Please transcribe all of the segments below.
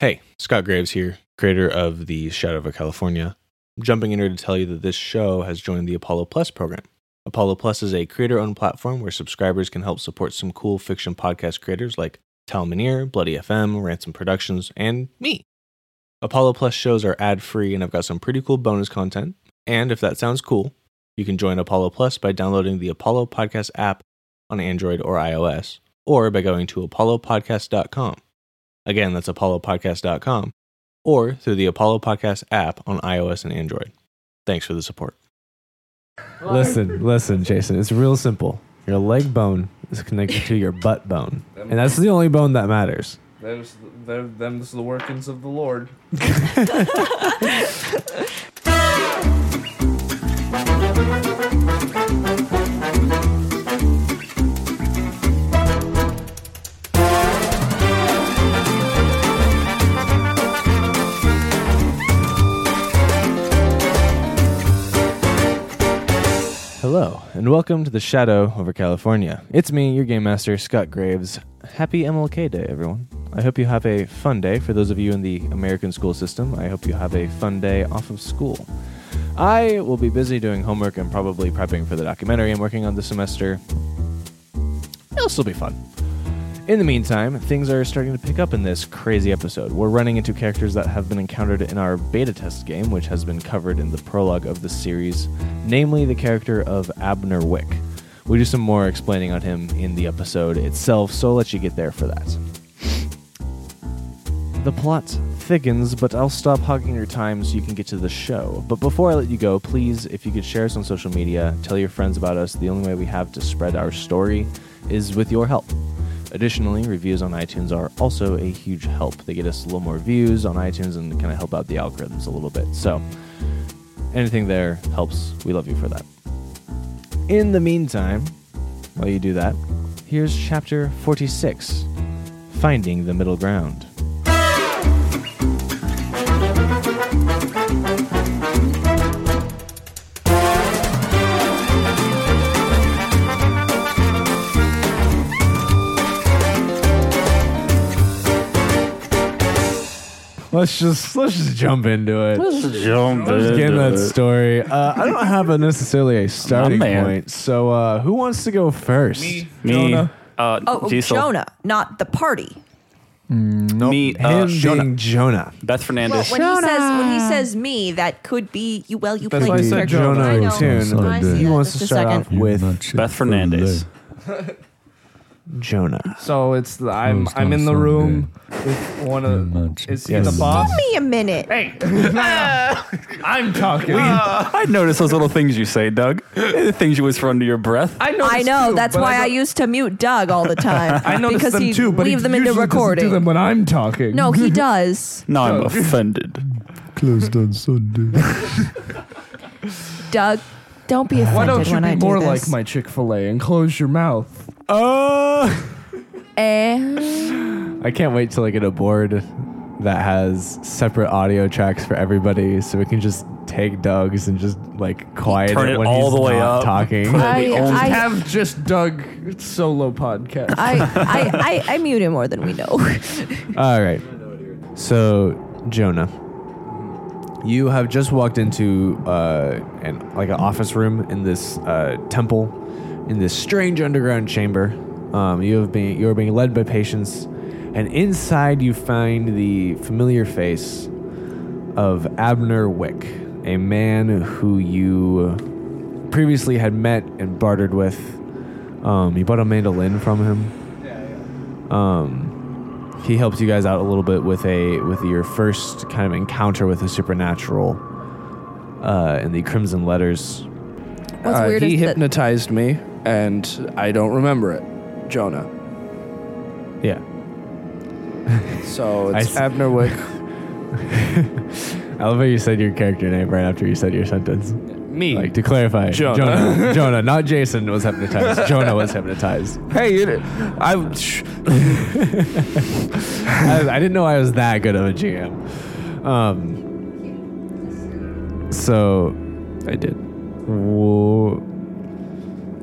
Hey, Scott Graves here, creator of the Shadow of California. I'm jumping in here to tell you that this show has joined the Apollo Plus program. Apollo Plus is a creator owned platform where subscribers can help support some cool fiction podcast creators like Tal Minear, Bloody FM, Ransom Productions, and me. Apollo Plus shows are ad free, and I've got some pretty cool bonus content. And if that sounds cool, you can join Apollo Plus by downloading the Apollo Podcast app on Android or iOS, or by going to apollopodcast.com. Again, that's apollopodcast.com or through the Apollo Podcast app on iOS and Android. Thanks for the support. Listen, listen, Jason. It's real simple. Your leg bone is connected to your butt bone, and that's the only bone that matters. There's, there, them's the workings of the Lord. Hello, and welcome to the Shadow over California. It's me, your game master, Scott Graves. Happy MLK Day, everyone. I hope you have a fun day. For those of you in the American school system, I hope you have a fun day off of school. I will be busy doing homework and probably prepping for the documentary I'm working on this semester. It'll still be fun. In the meantime, things are starting to pick up in this crazy episode. We're running into characters that have been encountered in our beta test game, which has been covered in the prologue of the series, namely the character of Abner Wick. We do some more explaining on him in the episode itself, so I'll let you get there for that. The plot thickens, but I'll stop hogging your time so you can get to the show. But before I let you go, please, if you could share us on social media, tell your friends about us. The only way we have to spread our story is with your help. Additionally, reviews on iTunes are also a huge help. They get us a little more views on iTunes and kind of help out the algorithms a little bit. So, anything there helps. We love you for that. In the meantime, while you do that, here's chapter 46 Finding the Middle Ground. Let's just let's just jump into it. Jump Let's get in that story. Uh, I don't have a necessarily a starting My man. point, so uh, who wants to go first? Me. Me. Uh, Oh, Diesel. Jonah, not the party. Me. Him Uh, being Jonah. Beth Well, Fernandez. when he says when he says me, that could be you. Well, you That's played why I the said character. Jonah I in know. tune. I see He that. wants to Just a start second. off with Beth Fernandez. Jonah. So it's the, I'm Most I'm in the on room with one of Much. is Yes. he the boss? Give me a minute. Hey, I'm talking. I notice those little things you say, Doug. the things you whisper under your breath. I know. I this know. too, that's but why I, don't- used to mute Doug all the time. I notice because them he too, but leave he them into usually doesn't recording. Do them when I'm talking. No, he does. Now I'm offended. Closed on Sunday. Doug, don't be offended Why don't you when be I do more this. like my Chick Fil A and close your mouth? Uh, Eh, I can't wait till I get a board that has separate audio tracks for everybody, so we can just take Doug's and just like quiet Turn it when all he's the way not up. talking. Put it- I, the only- I I, have just Doug solo podcast. I, I, I, I mute him more than we know. All right. So, Jonah, you have just walked into uh, an like an office room in this uh, temple, in this strange underground chamber. Um, you have been you are being led by patients, and inside you find the familiar face of Abner Wick, a man who you previously had met and bartered with. Um, you bought a mandolin from him. Um, He helped you guys out a little bit with a with your first kind of encounter with the supernatural uh, in the Crimson Letters. What's Uh, weird he is that hypnotized me, and I don't remember it, Jonah. Yeah, So I it's see. Abner Wick. I love how you said your character name right after you said your sentence. me. Like to clarify, Jonah. Jonah, Jonah, not Jason was hypnotized. Jonah was hypnotized. hey, you did- I. Sh- I, I didn't know I was that good of a GM. Um, so I did. wo-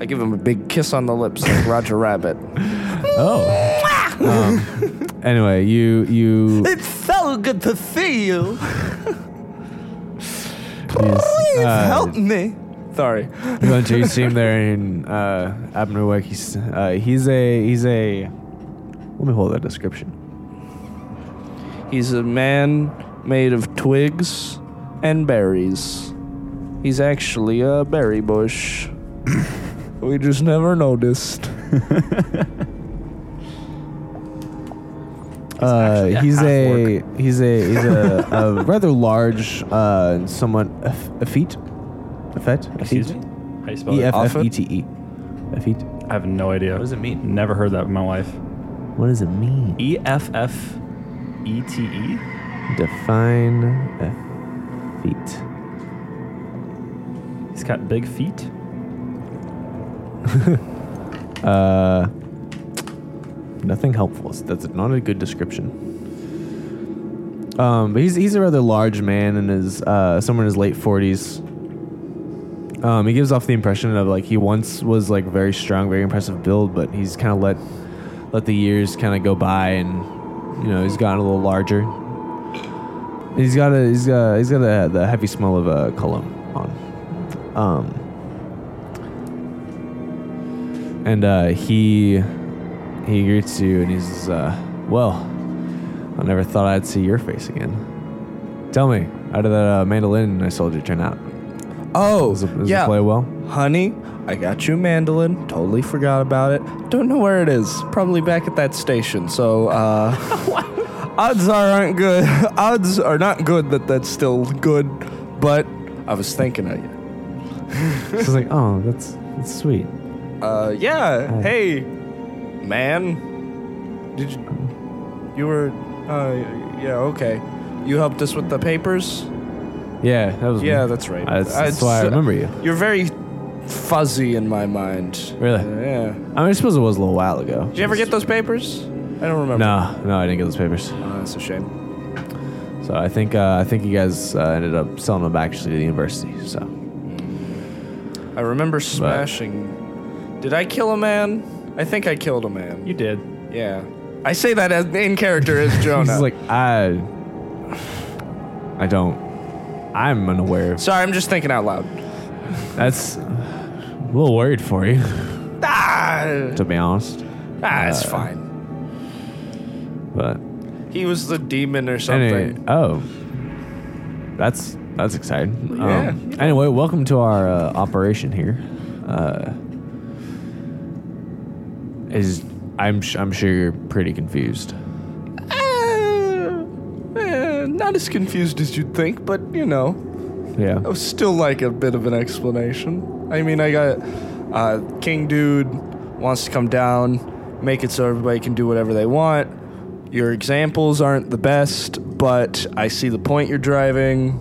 I give him a big kiss on the lips, like Roger Rabbit. Oh. Um, Anyway, you you It's so good to see you. Please uh, help me. Sorry. you went to his team there in uh, Abnerwick. He's uh, he's a he's a. Let me hold that description. He's a man made of twigs and berries. He's actually a berry bush. we just never noticed. Uh, he's a he's a he's a, a rather large, uh, and somewhat eff- effete, effete, Excuse me? effete, How do you spell e f it? f e t e, effete. I have no idea. What does it mean? Never heard that in my life. What does it mean? E F F E T E? Define effete. He's got big feet. Uh, nothing helpful. That's not a good description. Um, but he's he's a rather large man in his uh, somewhere in his late forties. Um, he gives off the impression of like he once was like very strong, very impressive build, but he's kind of let let the years kind of go by, and you know he's gotten a little larger. He's got a he's got he's got a, the heavy smell of a uh, cologne on. Um, and uh, he he greets you and he's uh, well i never thought i'd see your face again tell me how did that uh, mandolin i sold you turn out Oh, does it, does yeah. it play well Honey, I got you a mandolin. Totally forgot about it. Don't know where it is. Probably back at that station. So, uh, odds are aren't good. Odds are not good that that's still good. But I was thinking of you. she's like oh that's that's sweet Uh, Oh. yeah. Hey, man. Did you? You were. Uh, yeah. Okay. You helped us with the papers. yeah that was Yeah, that's right. that's, I- that's why i it's- remember you You're very fuzzy in my mind. Really? Yeah. i mean i suppose it was a little while ago Did you ever get those papers? I don't remember. no no i didn't get those papers Oh, that's a shame. so i think uh, i think you guys uh, ended up selling them actually to the university so I remember smashing. Did I kill a man? I think I killed a man. You did. yeah. I say that as in character as he's Jonah. like i i don't i'm unaware of Sorry, I'm just thinking out loud. That's a little worried for you, Ah, to be honest. ah it's Uh, fine. But He was the demon or something. anyway, oh, that's that's exciting. Yeah. Um, Anyway, welcome to our uh, operation here. Uh, is I'm sh- I'm sure you're pretty confused. Uh, eh, not as confused as you'd think, but you know. Yeah. I was still like a bit of an explanation. I mean, I got uh, King Dude wants to come down, make it so everybody can do whatever they want. Your examples aren't the best, but I see the point you're driving.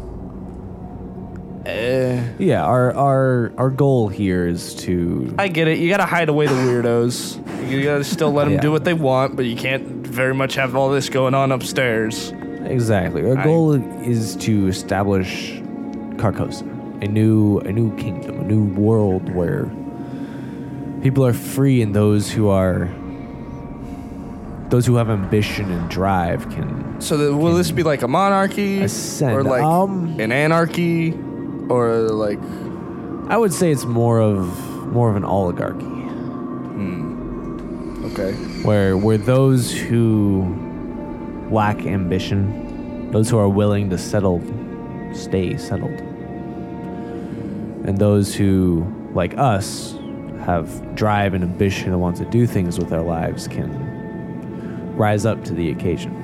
Eh, Yeah. Our our our goal here is to I get it. You gotta hide away the weirdos. You gotta still let them Yeah. do what they want, but you can't very much have all this going on upstairs. Exactly. Our I- goal is to establish Carcosa, a new a new kingdom, a new world where people are free and those who are those who have ambition and drive can So that, will this be like a monarchy, Ascend. or like Um, an anarchy, or like I would say it's more of more of an oligarchy. okay? where where those who lack ambition, those who are willing to settle, stay settled, and those who like us have drive and ambition and want to do things with their lives can rise up to the occasion.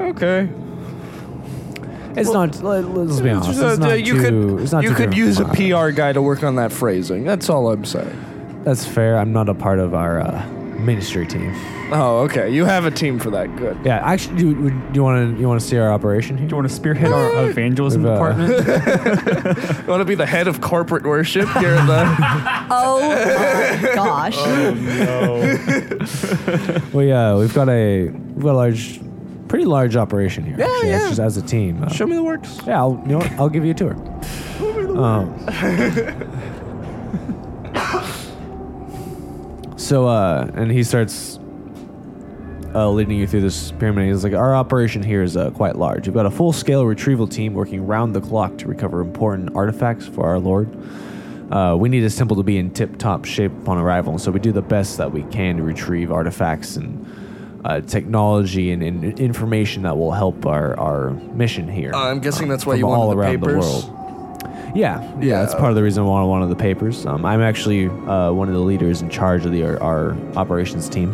Okay. It's not. Let, us be honest. So, It's uh, not you too, could it's not you too could different use a from ours. PR guy to work on that phrasing. That's all I'm saying. That's fair. I'm not a part of our uh, ministry team. Oh, okay. You have a team for that. Good. Yeah, actually, do, do you want to you want to see our operation here? Do you want to spearhead our evangelism We've, uh, department? You want to be the head of corporate worship here at the Oh my gosh. We uh, we've got a we've got a large, pretty large operation here. Yeah, actually, as- yeah. Just as a team. Uh, Show me the works. Yeah, I'll, you know what? I'll give you a tour. Um, so, uh, and he starts uh, leading you through this pyramid. He's like, Our operation here is uh, quite large. We've got a full scale retrieval team working round the clock to recover important artifacts for our Lord. Uh, we need his temple to be in tip top shape upon arrival, so we do the best that we can to retrieve artifacts and uh, technology and, and information that will help our, our mission here. Uh, I'm guessing that's why from you wanted all the around papers? the world. Yeah, yeah, that's part of the reason I wanted one of the papers. Um, I'm actually uh, one of the leaders in charge of the our, our operations team,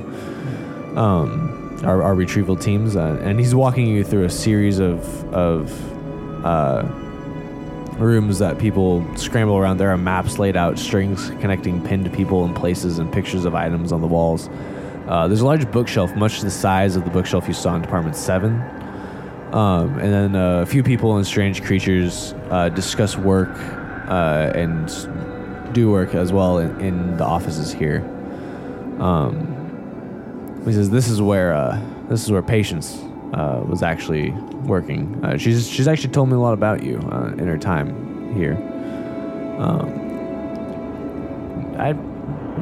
um, our, our retrieval teams, uh, and he's walking you through a series of of uh, rooms that people scramble around. There are maps laid out, strings connecting pinned people and places, and pictures of items on the walls. Uh, there's a large bookshelf, much the size of the bookshelf you saw in Department Seven, um, and then uh, a few people and strange creatures uh, discuss work uh, and do work as well in, in the offices here. Um, he says this is where uh, this is where Patience uh, was actually working. Uh, she's she's actually told me a lot about you uh, in her time here. Um, I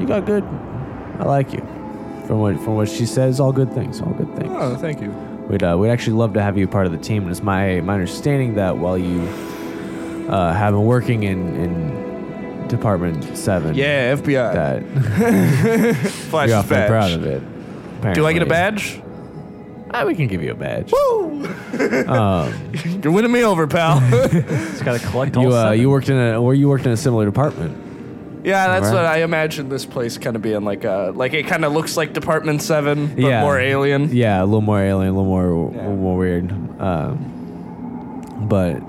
you got good. I like you. From what from what she says, all good things. All good things. Oh, thank you. We'd, uh, we'd actually love to have you part of the team. And it's my, my understanding that while you uh, have been working in, in Department 7, Yeah, FBI. that Flash you're awfully badge. proud of it. Do I get a apparently. badge? Ah, we can give you a badge. You're winning me over, pal. It's got to collect all You, uh, seven. you worked in a or you worked in a similar department. yeah, that's Right. what I imagine this place kind of being like. A, like it kind of looks like Department Seven, but Yeah. more alien. Yeah, a little more alien, a little more a little more weird. Um, but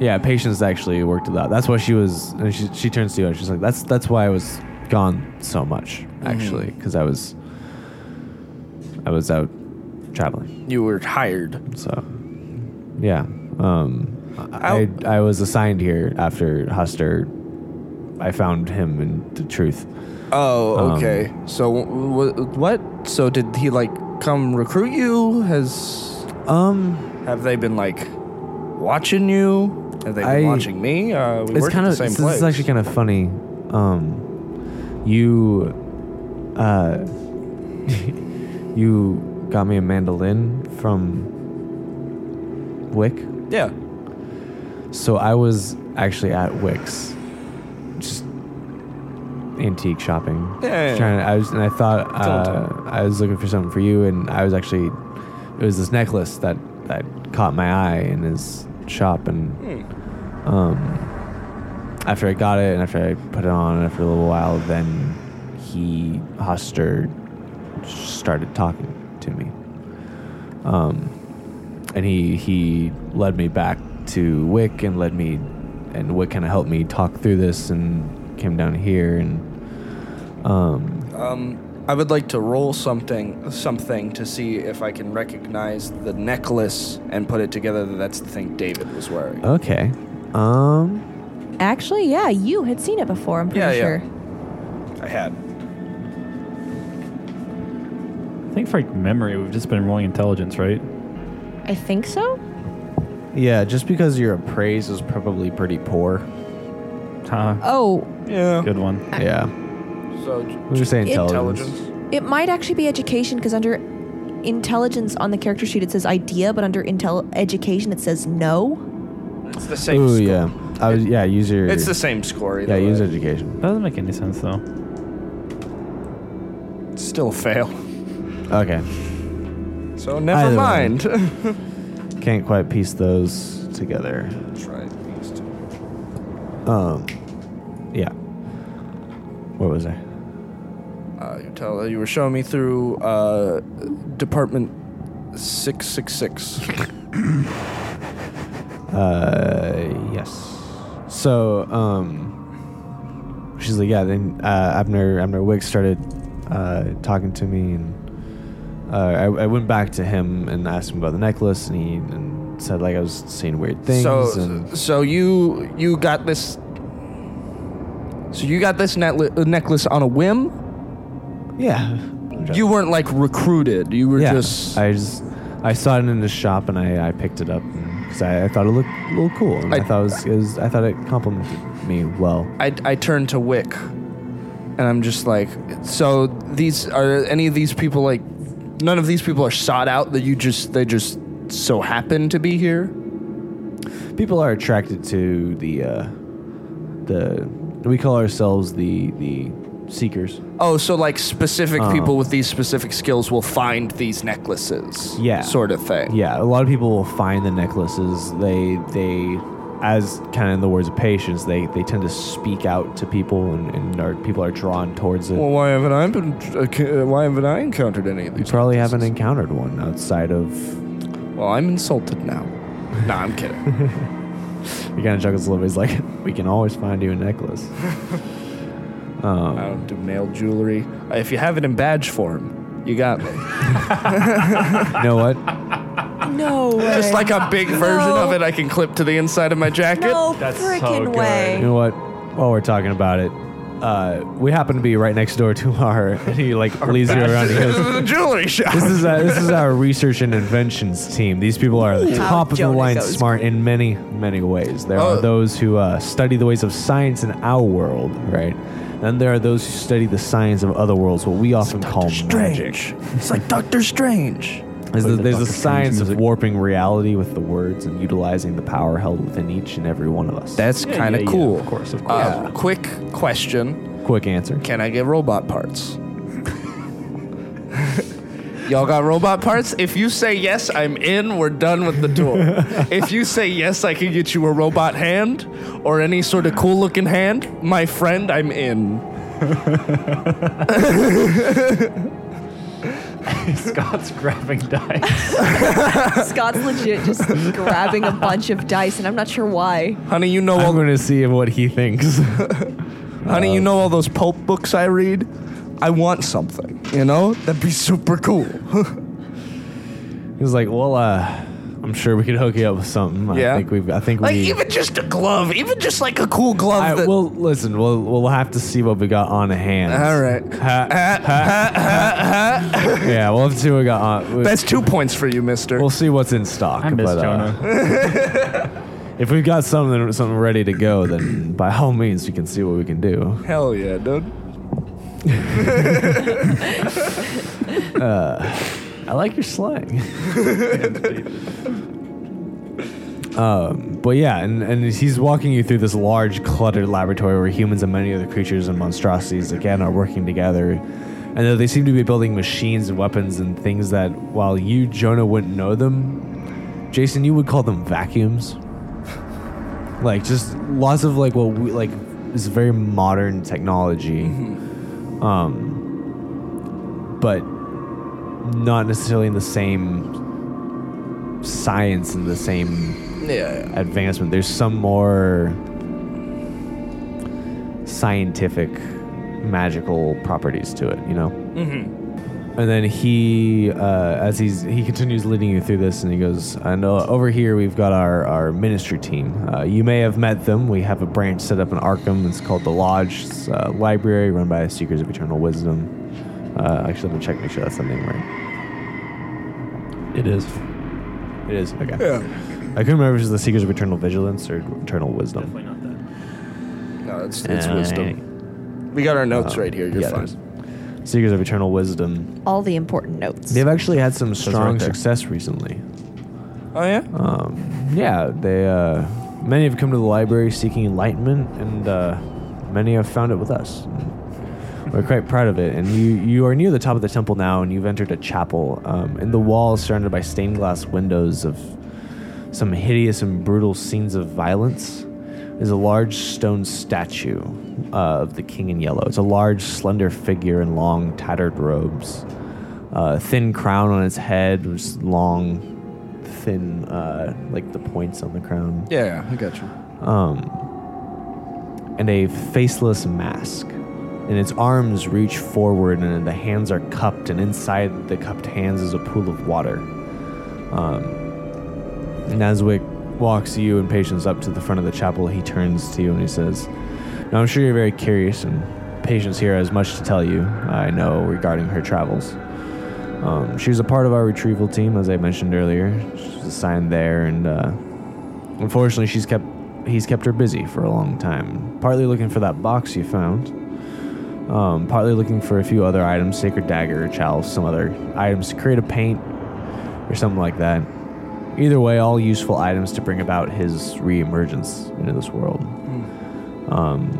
yeah, patience actually worked it out. That's why she was. And she she turns to you and she's like, "That's that's why I was gone so much actually, because I was I was out traveling. You were hired. So yeah, um, I I was assigned here after Huster. I found him and the truth. Oh, Um, okay. so w- w- what? So did he like come recruit you? Has Um, have they been like watching you? Have they been I- watching me? Uh, we it's work kind at of the same this place. is actually kind of funny. Um, you, uh, you got me a mandolin from Wick, yeah. so I was actually at Wick's, just antique shopping. Yeah. Trying to, I was, and I thought all uh, I was looking for something for you, and I was actually, it was this necklace that that caught my eye in his shop, and um, after I got it and after I put it on, and after a little while, then he Hoster started talking to me, um, and he he led me back to Wick and led me, and Wick kind of helped me talk through this and came down here and um Um, I would like to roll something, something to see if I can recognize the necklace and put it together that that's the thing David was wearing. Okay. Um. Actually, yeah, you had seen it before, I'm pretty Yeah, yeah. sure. I had. I think for memory, we've just been rolling intelligence, right? I think so. Yeah, just because your appraise is probably pretty poor. Huh. Oh, Yeah. Good one. Yeah. So We were saying intelligence. intelligence. it might actually be education because under intelligence on the character sheet it says idea, but under intel education it says no. It's the same. Ooh, score. yeah. I was, yeah, use your. It's the same score. Yeah, Either use way. education. That doesn't make any sense, though. Still fail. Okay. So never Either way. mind. Can't quite piece those together. Try these two. Um. Yeah. What was I? Uh, you tell you were showing me through uh, department six six six. Uh. Yes. So, um. She's like, yeah. Then uh, Abner Abner Wick started uh, talking to me and. uh, I, I went back to him and asked him about the necklace, and he and said like I was seeing weird things. So and so you you got this. So you got this netli- necklace on a whim. yeah, You weren't like recruited. You were yeah. just. I just I saw it in the shop and I, I picked it up because I, I thought it looked a little cool. And I, I- thought it was, it was I thought it complimented me well. I, I turn to Wick, and I'm just like, so these are any of these people like none of these people are sought out that you just they just so happen to be here. people are attracted to the uh, the we call ourselves the the seekers. Oh, so like specific Oh. people with these specific skills will find these necklaces. Yeah. Sort of thing. Yeah, a lot of people will find the necklaces. They they as kind of in the words of patience, they they tend to speak out to people and, and are people are drawn towards it. Well, why haven't I been? uh, ca- uh, why haven't I encountered any of you these? probably necklaces? haven't encountered one outside of Well, I'm insulted now. nah, I'm kidding. he kind of chuckles a little bit. He's like, we can always find you a necklace. I don't do male jewelry. Uh, If you have it in badge form, you got me. you know what? No way. Just like a big version of it, I can clip to the inside of my jacket. no That's so freaking good. way. You know what? While oh, we're talking about it, uh, we happen to be right next door to our. And he like leads you around. He goes, The jewelry shop. this is our, this is our research and inventions team. These people are the How top of the Jonah line, goes. smart in many many ways. There Oh. are those who uh, study the ways of science in our world, right? Then there are those who study the science of other worlds, what we often call magic. It's like Doctor Strange. There's the, there's Doctor the Strange science of music. warping reality with the words and utilizing the power held within each and every one of us. That's Yeah, kind of yeah, yeah, cool. of course, of course. Uh, Quick question: quick answer. Can I get robot parts? Y'all got robot parts? If you say yes, I'm in. We're done with the tour. if you say yes, I can get you a robot hand or any sort of cool looking hand. My friend, I'm in. Scott's grabbing dice. Scott's legit just grabbing a bunch of dice, and I'm not sure why. Honey, you know all. I'm going to see what he thinks. honey, uh, you know all those pulp books I read. I want something. You know that'd be super cool. He was like, "Well, uh, I'm sure we could hook you up with something. Yeah. I think we've. I think like we. even just a glove, even just like a cool glove. I, that- well, listen. We'll we'll have to see what we got on hand. all right. Ha, ha, ha. yeah, we'll have to see what we got on. we- That's two points for you, Mister. We'll see what's in stock. I miss but, uh, Jonah. if we've got something something ready to go, then by all means, we can see what we can do. Hell yeah, dude. I like your slang. um, but yeah, and, and he's walking you through this large, cluttered laboratory where humans and many other creatures and monstrosities again are working together. And though they seem to be building machines and weapons and things that, while you, Jonah, wouldn't know them, Jason, you would call them vacuums. like just lots of like what we like is very modern technology. Um, but not necessarily in the same science and the same Yeah. advancement. There's some more scientific, magical properties to it, you know. Mm-hmm. And then he, uh, as he's he continues leading you through this, and he goes, "And uh, over here we've got our our ministry team. Uh, you may have met them. We have a branch set up in Arkham. It's called the Lodge It's a Library, run by Seekers of Eternal Wisdom. Uh, actually, let me check, make sure that's the name right." It is. It is okay. I couldn't remember if it was the Seekers of Eternal Vigilance or Eternal Wisdom. Definitely not that. No, it's, it's Uh, Oh. wisdom. We got our notes right here. You're yeah, fine. there's- Seekers of Eternal Wisdom. All the important notes. They've actually had some strong right there. success recently. Oh yeah. Uh-huh. Yeah, they uh, many have come to the library seeking enlightenment, and uh, many have found it with us. We're quite proud of it, and you you are near the top of the temple now, and you've entered a chapel, um, and the wall is surrounded by stained glass windows of some hideous and brutal scenes of violence. Is a large stone statue uh, of the King in Yellow. It's a large, slender figure in long, tattered robes, uh, thin crown on its head, was long, thin uh, like the points on the crown yeah, yeah, I got you. and a faceless mask and its arms reach forward and the hands are cupped and inside the cupped hands is a pool of water um, naswick walks you and patience up to the front of the chapel he turns to you and he says now i'm sure you're very curious and patience here has much to tell you i know regarding her travels um, she was a part of our retrieval team as i mentioned earlier she was assigned there and uh, Unfortunately, she's kept he's kept her busy for a long time, partly looking for that box you found, Um, partly looking for a few other items, sacred dagger, chalice, some other items to create a paint or something like that. Either way, all useful items to bring about his reemergence into this world. Um,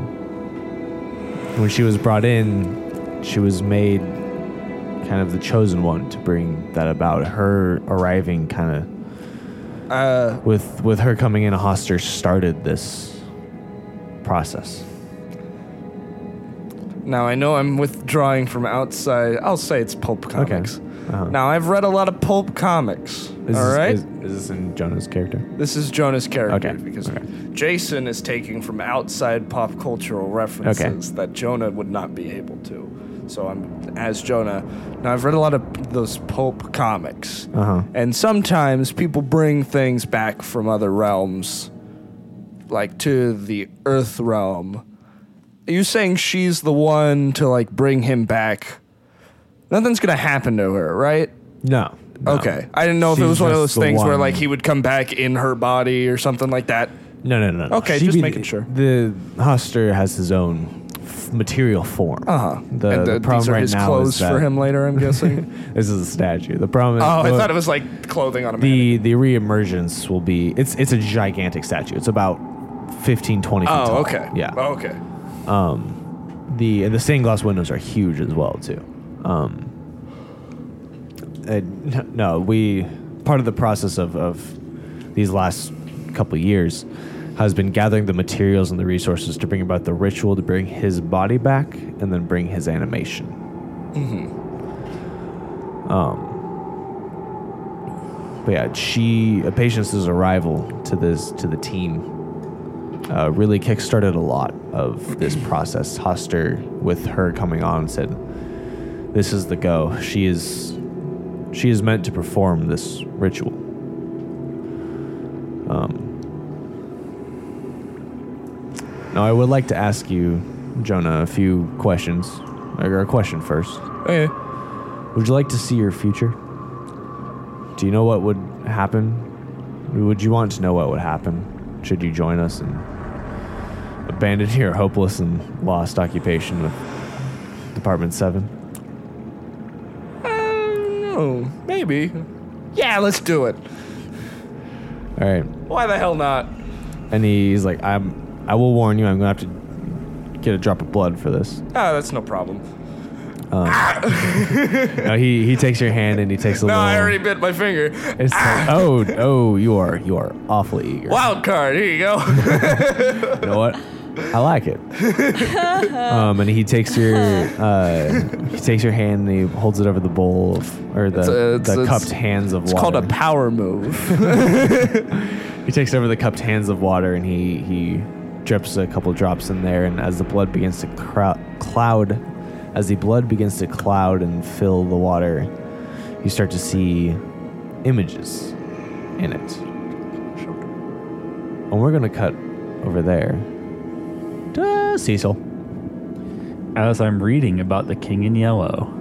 when she was brought in, she was made kind of the chosen one to bring that about. Her arriving kind of Uh, with with her coming in, Hoster started this process. now I know I'm withdrawing from outside. I'll say it's pulp comics. Uh-huh. Now I've read a lot of pulp comics. all right, Is, this in Jonah's character? this is Jonah's character Okay, because okay. Jason is taking from outside pop cultural references that Jonah would not be able to. So I'm as Jonah. Now I've read a lot of those pulp comics, Uh huh. and sometimes people bring things back from other realms, like to the Earth realm. Are you saying she's the one to like bring him back? Nothing's gonna happen to her, right? No. no. Okay. I didn't know if it was She's one of those just the things where one. like he would come back in her body or something like that. No, no, no. no. Okay, She'd just be making the, sure. The Hoster has his own f- material form. Uh huh. The, the problem these are right his now clothes is that for him later. I'm guessing. This is a statue. The problem. oh, is, I thought it was like clothing on a man. the the reemergence will be. It's it's a gigantic statue. It's about 15, 20 feet Oh, tall. okay. Yeah. Oh, okay. the and the stained glass windows are huge as well too. Um, and n- no, we part of the process of, of these last couple years has been gathering the materials and the resources to bring about the ritual to bring his body back and then bring his animation. Mm-hmm. Um, but yeah, she uh, Patience's arrival to this to the team uh, really kickstarted a lot of this process. Hoster, with her coming on, said, "This is the go. She is, she is meant to perform this ritual." Um, now, I would like to ask you, Jonah, a few questions. Or a question first. Okay. Would you like to see your future? Do you know what would happen? Would you want to know what would happen should you join us and abandon your hopeless and lost occupation with Department 7? No, Oh, maybe. Yeah, let's do it. All right. Why the hell not? And he's like, I'm, I will warn you, I'm going to have to get a drop of blood for this. Ah, that's no problem. No, he, he takes your hand and he takes a No, little. Ah, I already Ah! bit my finger. it's like, oh, oh, you are, you are awfully eager. Wild card. Here you go. You know what? I like it. um, and he takes your uh, he takes your hand and he holds it over the bowl of, or the, a- it's- the it's- cupped hands of It's water. called a power move. he takes over the cupped hands of water and he he drips a couple drops in there and as the blood begins to crou- cloud as the blood begins to cloud and fill the water, you start to see images in it. And we're gonna cut over there. to Cecil. As I'm reading about the King in Yellow.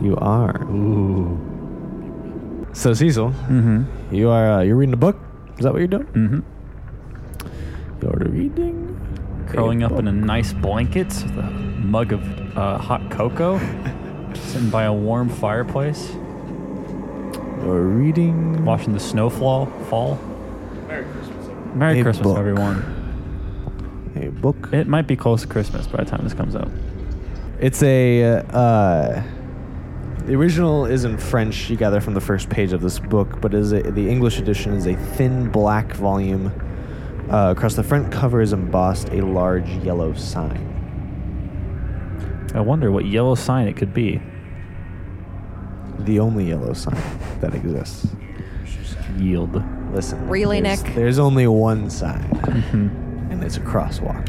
You are. Ooh. So Cecil, Mm-hmm. you are uh, you're reading a book. Is that what you're doing? Mm-hmm. You're reading. Curling up in a nice blanket with a mug of uh, hot cocoa. sitting by a warm fireplace. You're reading. Watching the snow fall. fall. Merry A Christmas, book. everyone. a book. It might be close to Christmas by the time this comes out. It's a. Uh, the original is in French. You gather from the first page of this book, but is a, the English edition is a thin black volume. Uh, across the front cover is embossed a large yellow sign. I wonder what yellow sign it could be. The only yellow sign that exists. Yield. Listen. Really, there's- Nick? There's only one sign, and it's a crosswalk.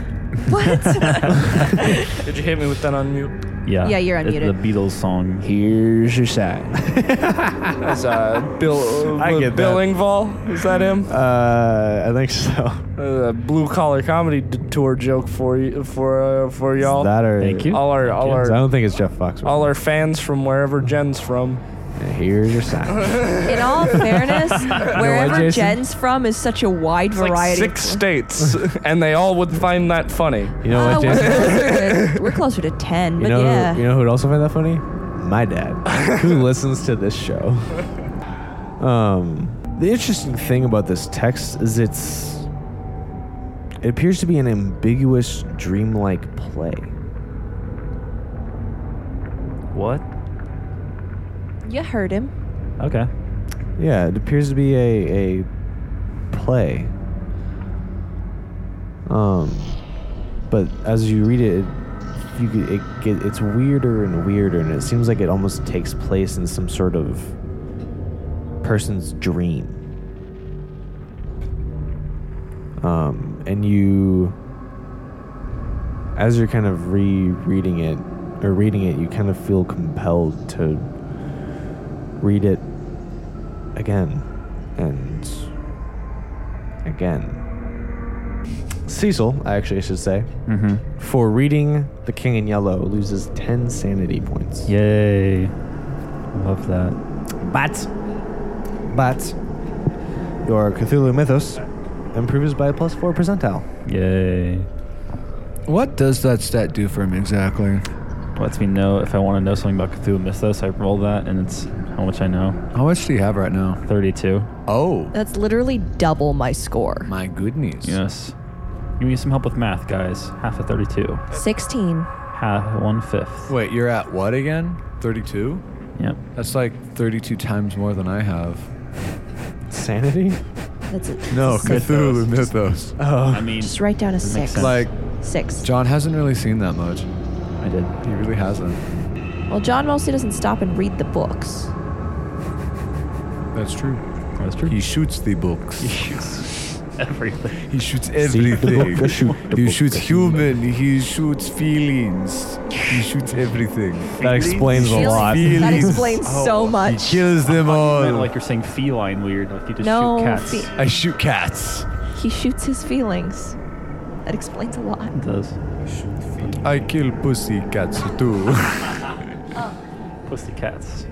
What? Did you hit me with that on mute? Yeah. Yeah, you're It's unmuted. The Beatles song. Here's your sign. That's uh, Bill. Uh, I get that. Bill Engvall. Is that him? Uh, I think so. Uh, blue collar comedy d- tour joke for you for uh, for y'all. That or Thank you. all our all I our don't think it's Jeff Foxworth. all our fans from wherever Jen's from. And here's your sign. In all fairness, wherever Jason? Jen's from is such a wide It's variety. like of six fl- states, and they all would find that funny. You know Uh, what, we're, Jason? closer to, we're closer to 10, but You know, who- yeah. you know who'd also find that funny? My dad, who listens to this show. Um, the interesting thing about this text is it's it appears to be an ambiguous, dreamlike play. What? you heard him. Okay. Yeah, it appears to be a a play. Um, but as you read it, it you get, it get it's weirder and weirder, and it seems like it almost takes place in some sort of person's dream. Um, and you, as you're kind of rereading it or reading it, you kind of feel compelled to read it again and again. Cecil, I actually should say, Mm-hmm. for reading The King in Yellow loses 10 sanity points. Yay. Love that. But, but, your Cthulhu Mythos improves by a plus 4 percentile. Yay. What does that stat do for him exactly? Lets me know if I want to know something about Cthulhu Mythos. I roll that, and it's how much I know. How much do you have right now? 32. Oh, That's literally double my score. my goodness. Yes. Give me some help with math, guys. Half of 32. 16. Half, one fifth. Wait, you're at what again? 32? Yep. That's like 32 times more than I have. Sanity? That's it. No, Just- Cthulhu mythos. I mean, Just write down a Doesn't make six. sense. Like, six. John hasn't really seen that much. I did. He really hasn't. well, John mostly doesn't stop and read the books. That's true. That's true. He shoots the books. Everything. He shoots everything. book, shoot the he book, shoots the human. He shoots feelings. He shoots everything. That explains a Feelings- lot. That Feelings. Oh, explains so He much. kills them all. like you're saying feline weird. Like you just No, shoot cats. fe- I shoot cats. He shoots his feelings. That explains a lot. It does. I kill pussy cats too. Pussy cats.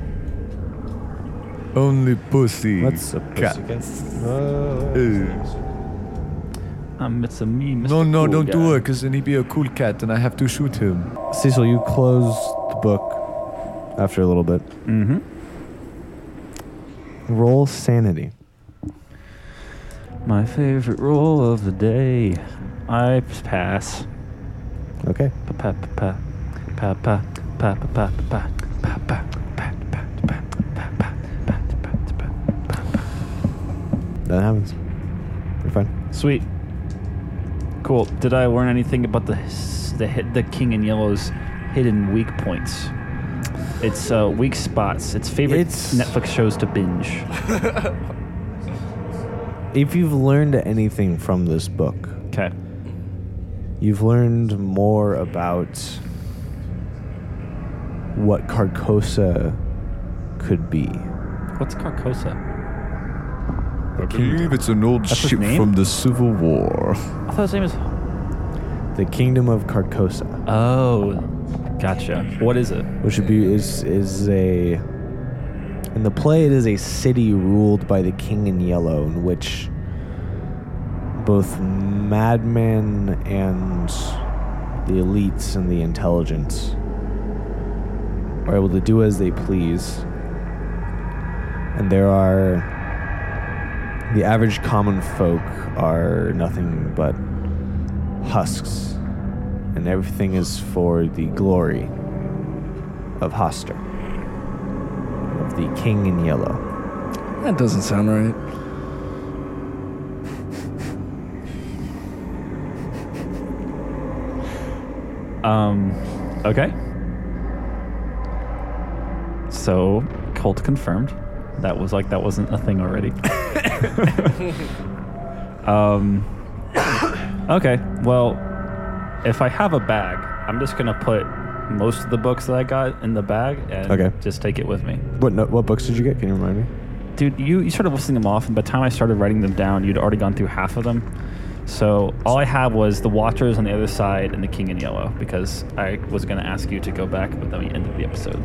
Only pussy. What's a cat. pussycat? Uh, Um, it's a me, Mr. No, no, Cool don't do Guy. it, because then he'd be a cool cat and I have to shoot him. Cecil, you close the book after a little bit. Mm-hmm. Roll sanity. My favorite roll of the day. I pass. Okay. Pa pa pa pa pa pa pa pa pa pa pa pa pa pa pa pa pa pa pa pa. That happens. You're fine. Sweet. Cool. Did I learn anything about the his- the hit the king in yellow's hidden weak points? It's uh, weak spots. It's favorite It's- Netflix shows to binge. If you've learned anything from this book, Okay. you've learned more about what Carcosa could be. What's Carcosa? The kingdom, it's an old his ship name? from the Civil War. I thought his name was. the kingdom of Carcosa, Oh, gotcha. What is it? which would be is is a in the play it is a city ruled by the king in yellow, in which both madmen and the elites and the intelligence are able to do as they please. And there are. The average common folk are nothing but husks. And everything is for the glory of Hoster, of the king in yellow. That doesn't sound right. Um, okay. So, cult confirmed. That was like that wasn't a thing already. um, okay. Well, if I have a bag, I'm just gonna put most of the books that I got in the bag and Okay. just take it with me. What no, what books did you get? Can you remind me? Dude, you, you started listing them off, and by the time I started writing them down, you'd already gone through half of them. So all I had was the Watchers on the other side and the King in Yellow because I was going to ask you to go back, but then we ended the episode.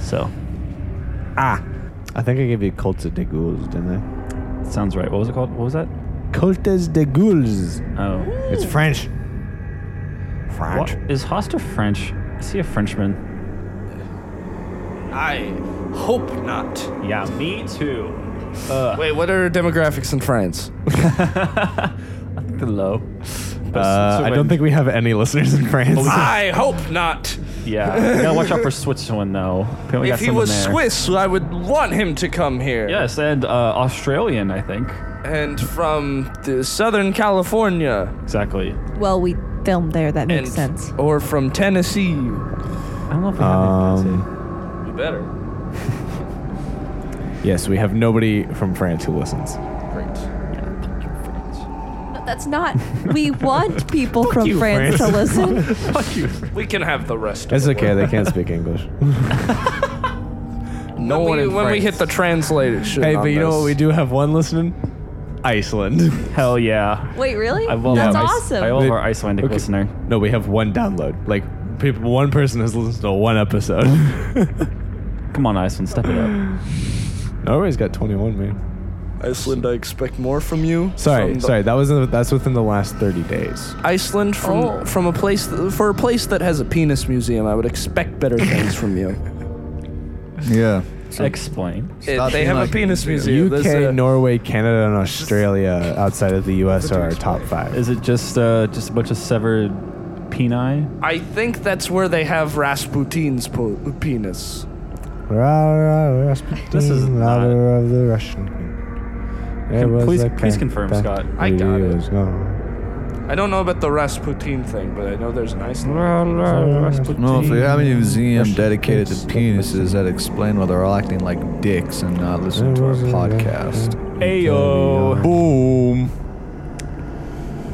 So Ah. I think I gave you Coltes de Ghouls, didn't I? Sounds right. What was it called? What was that? Coltes de Ghouls. Oh. It's French. What? Is Hosta French? Is he a Frenchman? I hope not. Yeah, me too. Wait, what are demographics in France? The low. Uh, I don't think we have any listeners in France. Oh, I hope not. Yeah. You gotta watch out for Switzerland, though. Apparently got if he something was there. Swiss, I would want him to come here. Yes, and uh, Australian, I think. And from the Southern California. Exactly. Well, we filmed there. That makes and, sense. Or from Tennessee. You I don't know if we have anything to say. better. yes, we have nobody from France who listens. No, that's not. We want people from you, France, to listen. We can have the rest It's of it. okay. They can't speak English. No when we, when we hit the translated shit. hey, on but you know this. what? We do have one listening. Iceland. Hell yeah. Wait, really? I love that's our, Ice- awesome. I love They- our Icelandic okay. listener. no, we have one download. Like people, one person has listened to one episode. Come on, Iceland, step it up. Norway's got 21, man. Iceland, I expect more from you. Sorry, From the- sorry. That was in, that's within the last 30 days. Iceland from Oh. from a place th- for a place that has a penis museum. I would expect better things from you. Yeah. So Explain. It- Stop they being have like- a penis museum. UK, There's a- Norway, Canada, and Australia outside of the US are our top five. Is it just uh, just a bunch of severed peni? I think that's where they have Rasputin's po- penis. This is not- louder of the Russian. It Can- was please- a please confirm, cat Scott. that I got it. was gone. I don't know about the Rasputin thing, but I know there's an Iceland. No, if we have a museum dedicated to penises, that explain why they're all acting like dicks and not listening to our podcast. Ayo. Boom.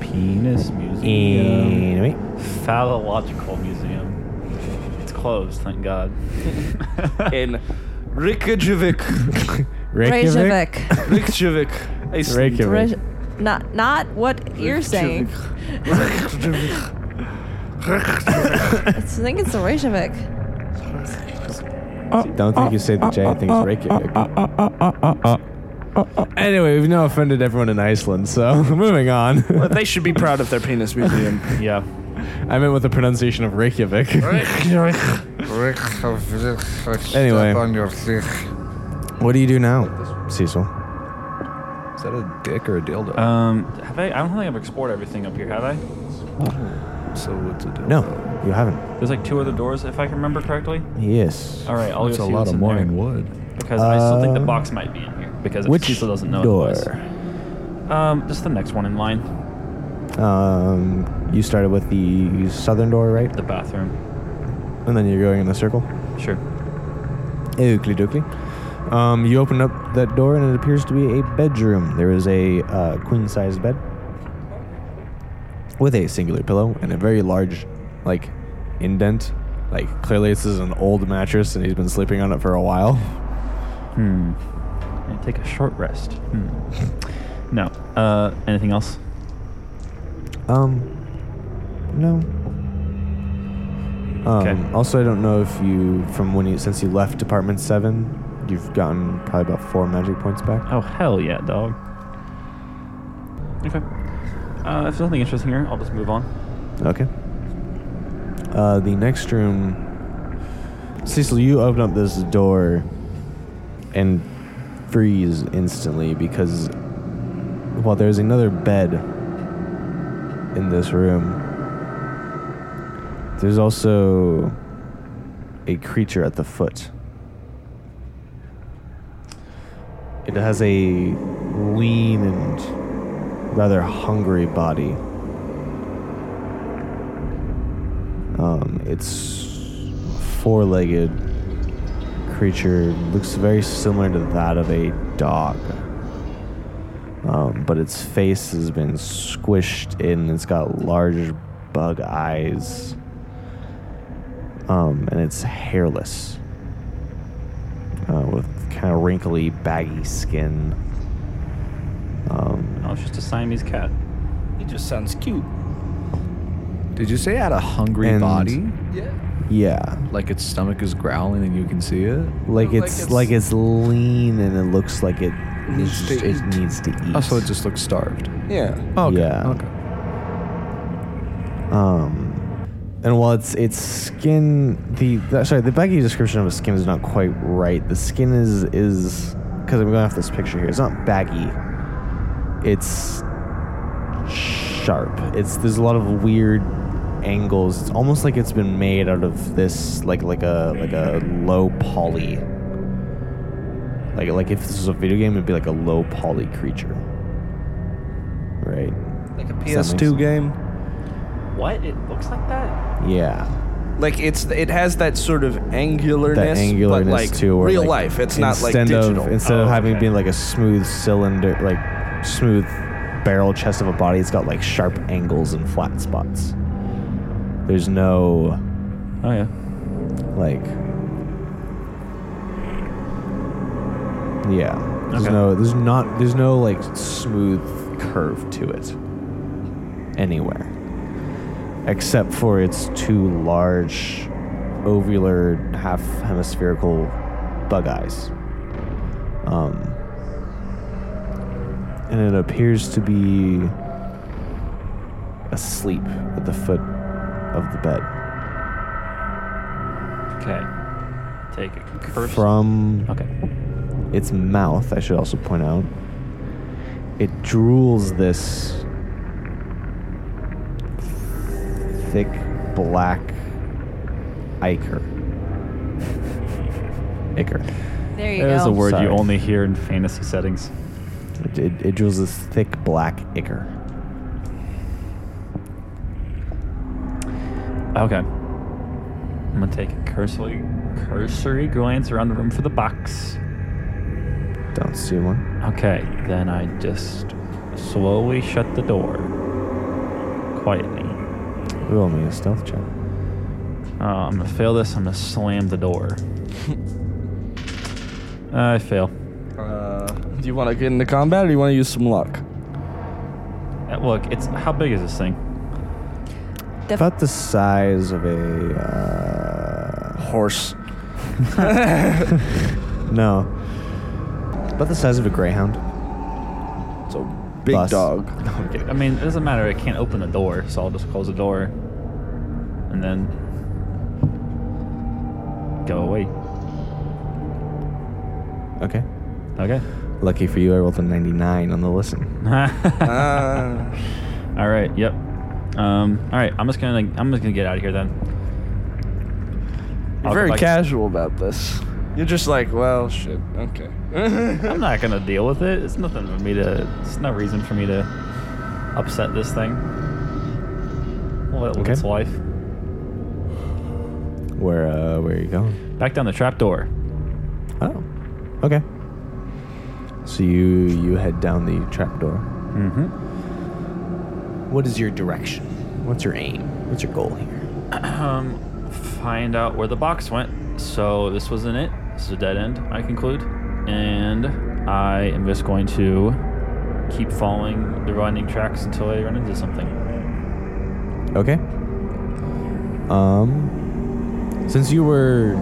Penis museum. Anyway. Phallological museum. It's closed, thank God. in Reykjavik. Reykjavik. Reykjavik. Reykjavik. Iceland. Reykjavik. Re- not not what you're saying. I think it's Reykjavik. Don't think you say the J. I think Uh, it's Reykjavik. Anyway, we've now offended everyone in Iceland, so moving on. But they should be proud of their penis museum. Yeah. I meant with the pronunciation of Reykjavik. Anyway. Step on your dick. what do you do now, Cecil? Is that a dick or a dildo? Um, have I? I don't think I've explored everything up here, have I? so what's a dildo? No, you haven't. There's like two other doors, if I can remember correctly. Yes. All right, I'll That's go a see lot what's of in morning there wood. because I still think the Uh, box might be in here because Which Cecil doesn't know. door? It was. Um, just the next one in line, Um, you started with the southern door, right? the bathroom. And then you're going in a circle. Sure. Oakley dokley. Um, you open up that door, and it appears to be a bedroom. There is a uh, queen-sized bed with a singular pillow and a very large, like, indent. Like, clearly this is an old mattress, and he's been sleeping on it for a while. Hmm. And take a short rest. Hmm. No. Uh, anything else? Um, no. Um, Okay. Also, I don't know if you, from when you, since you left Department 7, you've gotten probably about four magic points back. Oh hell yeah, dog. Okay. Uh, if there's nothing interesting here, I'll just move on. Okay. Uh, the next room. Cecil, you open up this door and freeze instantly because, well, there's another bed in this room. There's also a creature at the foot. It has a lean and rather hungry body. Um, it's four-legged creature looks very similar to that of a dog. Um, but its face has been squished in. It's got large bug eyes. Um, and it's hairless. Uh, with kind of wrinkly, baggy skin. Um, No, Oh, it's just a Siamese cat. He just sounds cute. Did you say I had a hungry And- body? Yeah. Yeah. Like its stomach is growling and you can see it. Like it's, like it's lean and it looks like it Needs needs, to it eat. needs to eat. Oh, so it just looks starved. Yeah. Oh, okay. Yeah. Okay. Um, and while it's its skin, the, the sorry, the baggy description of a skin is not quite right. The skin is is because I'm going off this picture here. It's not baggy. It's sharp. It's there's a lot of weird angles. It's almost like it's been made out of this like like a like a low poly. Like like if this was a video game, it'd be like a low poly creature. Right. Like a sense. PS2 game. What? It looks like that? Yeah. Like it's it has that sort of angularness, that angularness but like too, where real like, life. It's not like instead of- digital. instead Oh, of having okay. being like a smooth cylinder, like smooth barrel chest of a body, it's got like sharp angles and flat spots. There's no Oh yeah. like, yeah. There's Okay. no. There's not. There's no like smooth curve to it anywhere, except for its two large, ovular, half hemispherical bug eyes. Um, and it appears to be asleep at the foot of the bed. Okay. Take a curse. From okay. its mouth, I should also point out, it drools this thick black ichor. Ichor. There you That is go. a word Sorry. you only hear in fantasy settings. It, it, it drools this thick black ichor. Okay. I'm gonna take a cursory, cursory glance around the room for the box. Don't see one. Okay, then I just slowly shut the door. Quietly. Roll me a stealth check. Uh, I'm gonna fail this. I'm gonna slam the door. I fail. Uh, do you want to get into combat, or do you want to use some luck? Uh, Look, it's how big is this thing? The f- About the size of a. Horse. Uh, no. About the size of a greyhound. It's a big Bus. dog. I mean, it doesn't matter. I can't open the door, so I'll just close the door, and then go away. Okay. Okay. Lucky for you, I rolled a 99 on the listen. Ah. All right. Yep. Um, all right. I'm just gonna. I'm just gonna get out of here then. You're I'll go very back- casual about this. You're just like, well, shit, okay. I'm not gonna deal with it. It's nothing for me to. It's no reason for me to upset this thing. Well, Okay. its life. Where uh, where are you going? Back down the trapdoor. Oh, okay. So you you head down the trapdoor. Mm-hmm. What is your direction? What's your aim? What's your goal here? Um, find out where the box went. So this wasn't it. This is a dead end. I conclude, and I am just going to keep following the running tracks until I run into something. Okay. Um, since you were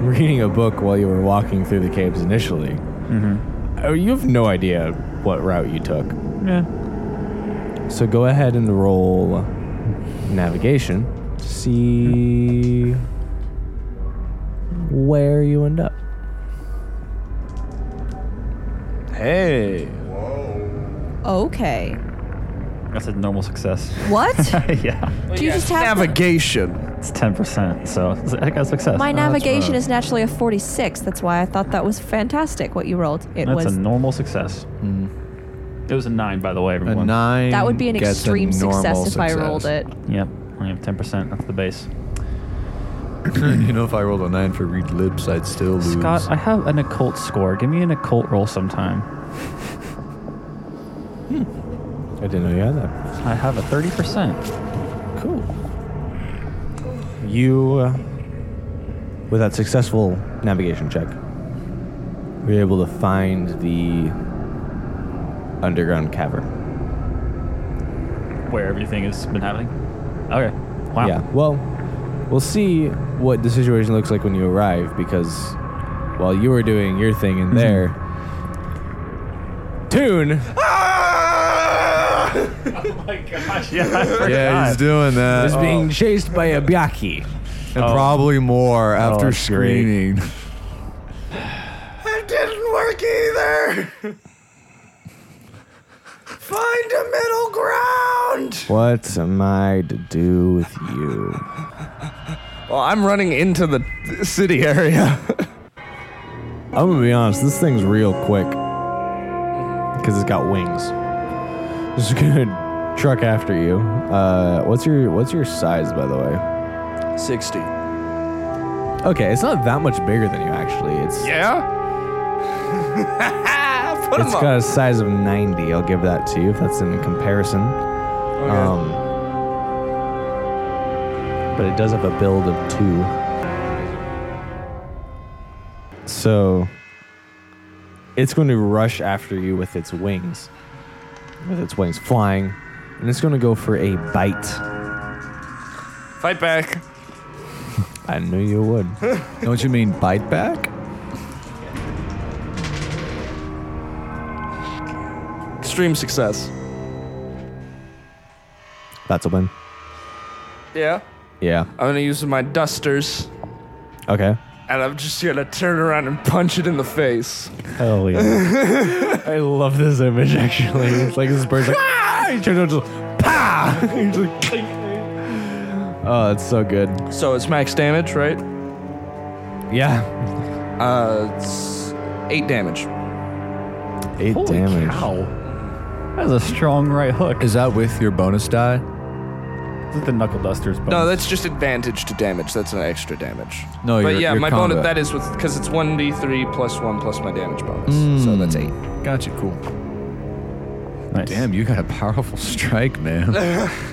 reading a book while you were walking through the caves initially, Mm-hmm. oh, you have no idea what route you took. Yeah. So go ahead and roll navigation. to See where you end up. hey. okay. That's a normal success. What? yeah. Do you just have Navigation. It's 10%, so it's like a success. My navigation right. is naturally a 46. That's why I thought that was fantastic what you rolled. It That's was a normal success. It was a 9, by the way, A everyone. nine. that would be an gets a extreme normal success if I rolled it. success. Yep. Only have 10%. That's the base. you know, if I rolled a nine for read lips, I'd still lose. Scott, I have an occult score. Give me an occult roll sometime. I didn't know you had that. I have a 30%. Cool. You, uh, with that successful navigation check, you're able to find the underground cavern. Where everything has been happening. Okay. Wow. Yeah. Well, We'll see what the situation looks like when you arrive because while you were doing your thing in there, Tune. Oh Yeah, he's doing that. is being chased by a Byaki. and probably more after that's great. screening. It didn't work either. Find a middle ground. What am I to do with you? Well, I'm running into the city area. I'm gonna be honest, this thing's real quick. Cause it's got wings. It's gonna truck after you. Uh, what's your what's your size by the way? 60. Okay, it's not that much bigger than you actually. It's Yeah? Put it's him up. got a size of 90. I'll give that to you if that's in comparison. Um, but it does have a build of two. So it's going to rush after you with its wings, with its wings flying, and it's going to go for a bite. Fight back. I knew you would. Don't you mean bite back? Extreme success. That's a win. Yeah? Yeah. I'm gonna use my dusters Okay. and I'm just gonna turn around and punch it in the face. Oh Hell yeah. I love this image actually. It's like this bird's like, ah! He turns out just, pa! He's like, "Kling." oh, it's so good. So it's max damage, right? Yeah. Uh, it's eight damage. Eight damage. That's a strong right hook. Is that with your bonus die? Is it the knuckle dusters? No, that's just advantage to damage. That's an extra damage. No, but your- yeah, your my combat. bonus that is with because it's one d three plus one plus my damage bonus, Hmm. so that's eight. Gotcha, cool. nice. Damn, you got a powerful strike, man.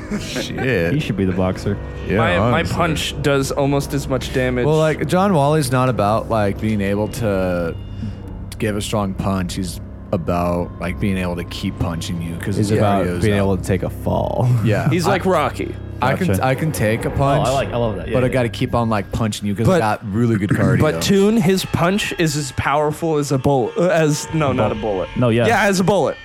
He Shit. should be the boxer. Yeah, my, my honestly. punch does almost as much damage. Well, like John Wally's not about like being able to give a strong punch. He's about like being able to keep punching you because It's about being able to take a fall. Yeah, he's like Rocky. I can Gotcha. I can take a punch. Oh, I like- I love that. Yeah, but I yeah. got to keep on like punching you because I But- got really good cardio. But Toon, his punch is as powerful as a bullet. Uh, as no, not a bullet. No, yeah. Yeah, as a bullet.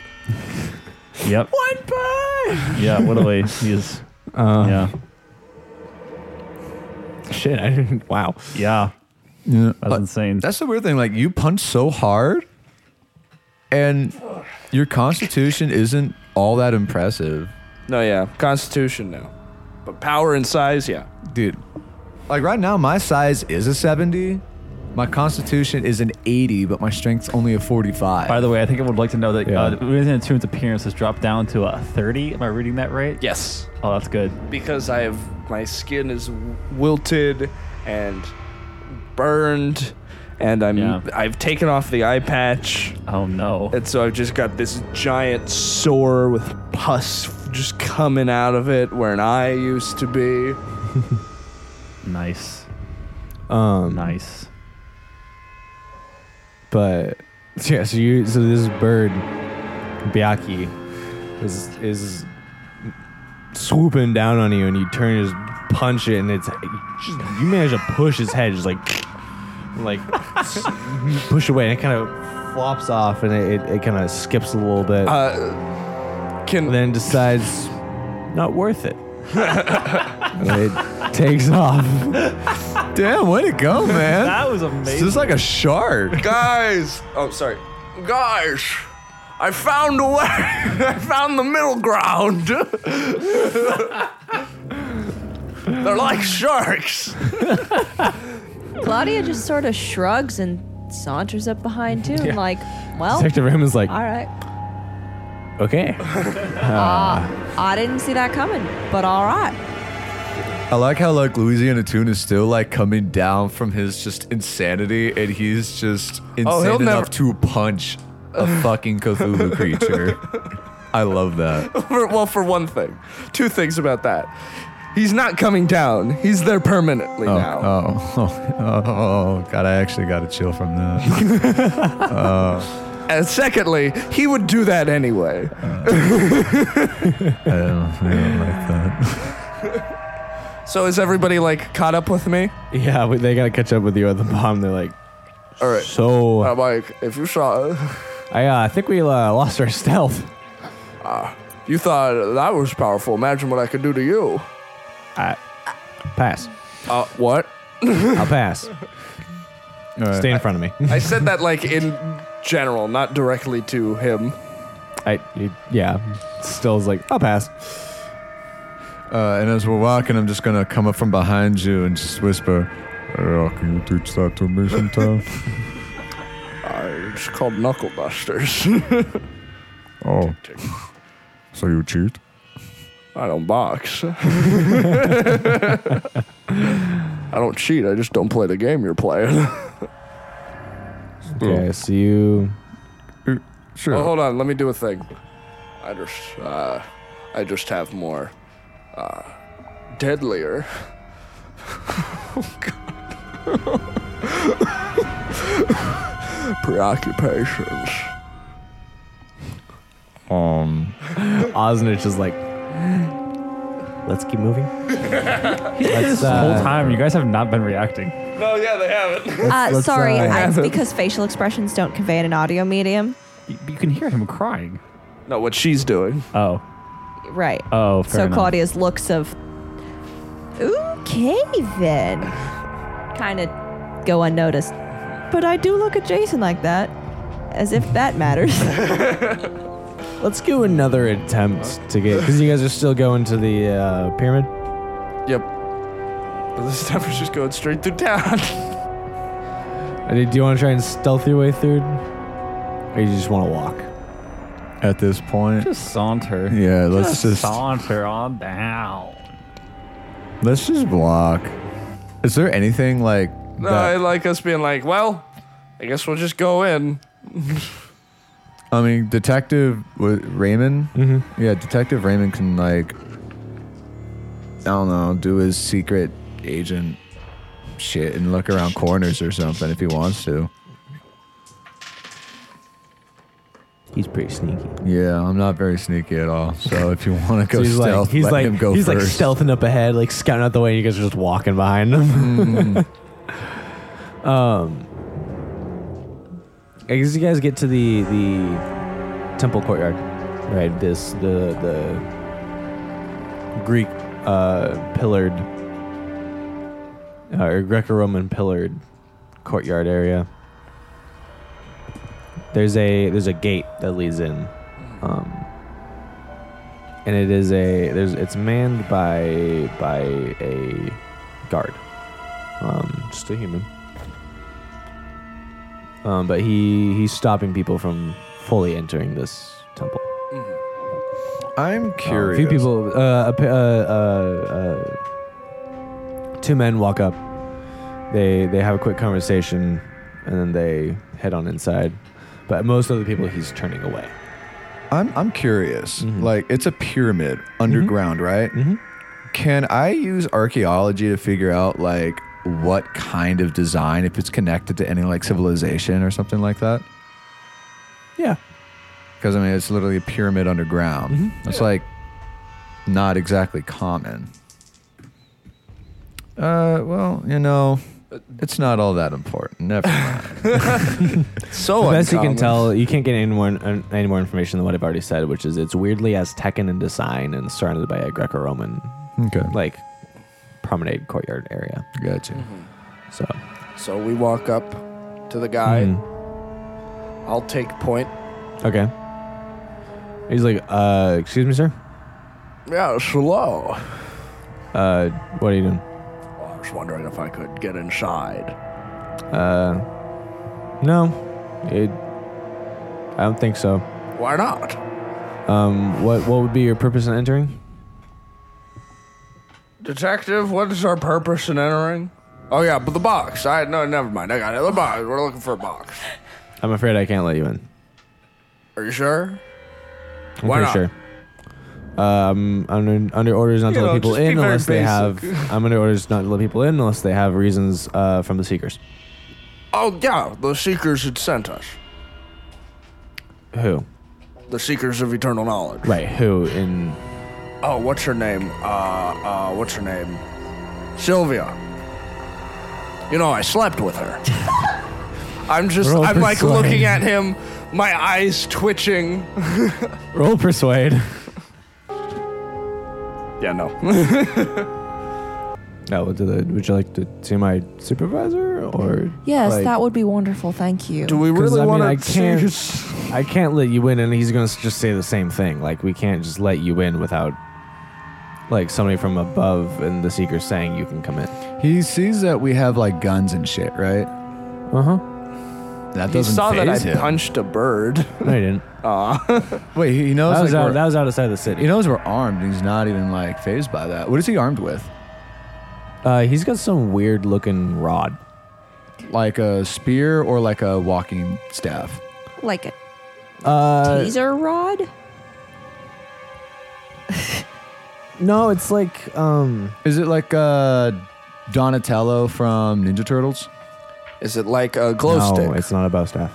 Yep. One punch. Yeah, what a way he is. yeah. Shit, I didn't. Wow. Yeah. Yeah. That's Uh, insane. That's the weird thing. Like you punch so hard, and your constitution isn't all that impressive, No, yeah, Constitution no, but power and size, yeah. dude. Like right now, my size is a seventy. My constitution is an eighty, but my strength's only a forty-five. By the way, I think I would like to know that Yeah. uh, Louisiana Tune's appearance has dropped down to a 30. Am I reading that right? Yes, Oh, that's good. because I have my skin is wilted and burned, and I'm Yeah. I've taken off the eye patch, Oh, no. and so I've just got this giant sore with pus just coming out of it where an eye used to be. nice. Um, Nice. but yeah. So you. So this bird, Biaki, is is swooping down on you, and you turn his punch it, and it's you, just, you manage to push his head, just like like s- push away, and it kind of flops off, and it it, it kind of skips a little bit, Uh, can and then decides not worth it. And it takes off. Damn, way to go, man. That was this amazing. is like a shark. guys? Oh, sorry, guys. I found a way. I found the middle ground. They're like sharks. Claudia just sort of shrugs and saunters up behind too, and like, well, Detective Raymond's like, all right. okay. I didn't see that coming, but all right. I like how like Louisiana Tune is still like coming down from his just insanity, and he's just insane Oh, he'll enough never- to punch a fucking Cthulhu creature. I love that. For, well, for one thing, two things about that. He's not coming down. He's there permanently Oh, now. oh, oh, oh, oh, God! I actually got a chill from that. And secondly, he would do that anyway. I don't, I don't like that. So is everybody like caught up with me? Yeah, but they gotta catch up with you at the bottom. They're like, All right. so I'm like, if you saw, I, uh, I think we uh, lost our stealth. you thought that was powerful. Imagine what I could do to you. Pass. Uh, what? I'll pass. Stay in front of me. I said that like in general, not directly to him. I you- yeah. Still's like, I'll pass. Uh, and as we're walking, I'm just gonna come up from behind you and just whisper, Yeah, can you teach that to me sometime? Uh, it's called knuckle busters. oh. So you cheat? I don't box. I don't cheat. I just don't play the game you're playing. Okay, so you "Sure." Oh, hold on. Let me do a thing. I just, uh, I just have more, uh, deadlier. oh God. Preoccupations. um Osnich is like Let's keep moving. Let's, The whole uh, time, you guys have not been reacting. No, yeah, they haven't. Uh, let's, sorry, uh, I, it's because facial expressions don't convey in an audio medium. You, you can hear him crying. No, what she's doing. Oh, Right. oh, fair so enough. Claudia's looks of, okay then, kind of go unnoticed. But I do look at Jason like that, as if that matters. Let's do another attempt to get because you guys are still going to the uh, pyramid. Yep. But this time it's just going straight through town. Uh, Do you want to try and stealth your way through, or you just want to walk? At this point, Just saunter. yeah, let's just saunter on down. let's just block. Is there anything like no, that? I like us being like, well, I guess we'll just go in. I mean, Detective wa- Raymond. Mm-hmm. Yeah, Detective Raymond can like, I don't know, do his secret agent shit and look around corners or something if he wants to. He's pretty sneaky. Yeah, I'm not very sneaky at all. So if you want to So go he's stealth, like he's let like him go he's like first. stealthing up ahead, like scouting out the way. and You guys are just walking behind him. um, I guess you guys get to the the temple courtyard, right? This the the Greek uh, pillared uh, or Greco-Roman pillared courtyard area. There's a there's a gate that leads in. Um, and it is a there's it's manned by by a guard um just a human um but he he's stopping people from fully entering this temple I'm Um, a curious. few people uh, a pa- uh, uh, uh two men walk up they they have a quick conversation and then they head on inside but most of the people he's turning away I'm I'm curious. Mhm. Like it's a pyramid underground, right? Mhm. Can I use archaeology to figure out like what kind of design if it's connected to any like civilization or something like that? yeah Because I mean, it's literally a pyramid underground. Mm-hmm. It's like not exactly common. Uh, well, you know, it's not all that important. Never mind. So the best you can uncommon. tell, you can't get any more uh, any more information than what I've already said, which is it's weirdly Aztecan in design and surrounded by a Greco-Roman okay, like promenade courtyard area. gotcha. Mm-hmm. So So we walk up to the guy. Mhm. Hmm. I'll take point. okay. He's like, uh, excuse me, sir. Yeah, slow. Uh, what are you doing? Oh, I was wondering if I could get inside. Uh, no, it. I don't think so. Why not? Um, what what would be your purpose in entering? Detective, what is our purpose in entering? Oh yeah, but the box. I no, never mind. I got it. The box. We're looking for a box. I'm afraid I can't let you in. Are you sure? I'm Why pretty not? sure. Um, I'm under, under orders not to let You know, people just be in very unless they have. basic. I'm under orders not to let people in unless they have reasons uh, from the seekers. Oh yeah, the seekers had sent us. Who? The seekers of eternal knowledge. Right. Who in? Oh, what's her name? Uh, uh, what's her name? Sylvia. You know, I slept with her. I'm just, Roll I'm like persuasion. looking at him, my eyes twitching. Roll persuade. Yeah, no. Now, would, the, would you like to see my supervisor or? Yes, like, that would be wonderful. Thank you. Do we 'Cause, really I mean, want I to can't- I can't let you in, and he's gonna s- just say the same thing. Like we can't just let you in without, like somebody from above and the seeker saying you can come in. He sees that we have like guns and shit, right? Uh huh. That He doesn't saw that I faze him. punched a bird. No, you didn't. Wait, he knows That was like, out. we're- That was outside of the city. he knows we're armed. and He's not even like phased by that. What is he armed with? uh, he's got some weird looking rod. Like a spear or like a walking staff? like a Uh, taser rod? no, it's like um. Is it like uh, Donatello from Ninja Turtles? Is it like a glow no, stick? it's not a bow staff.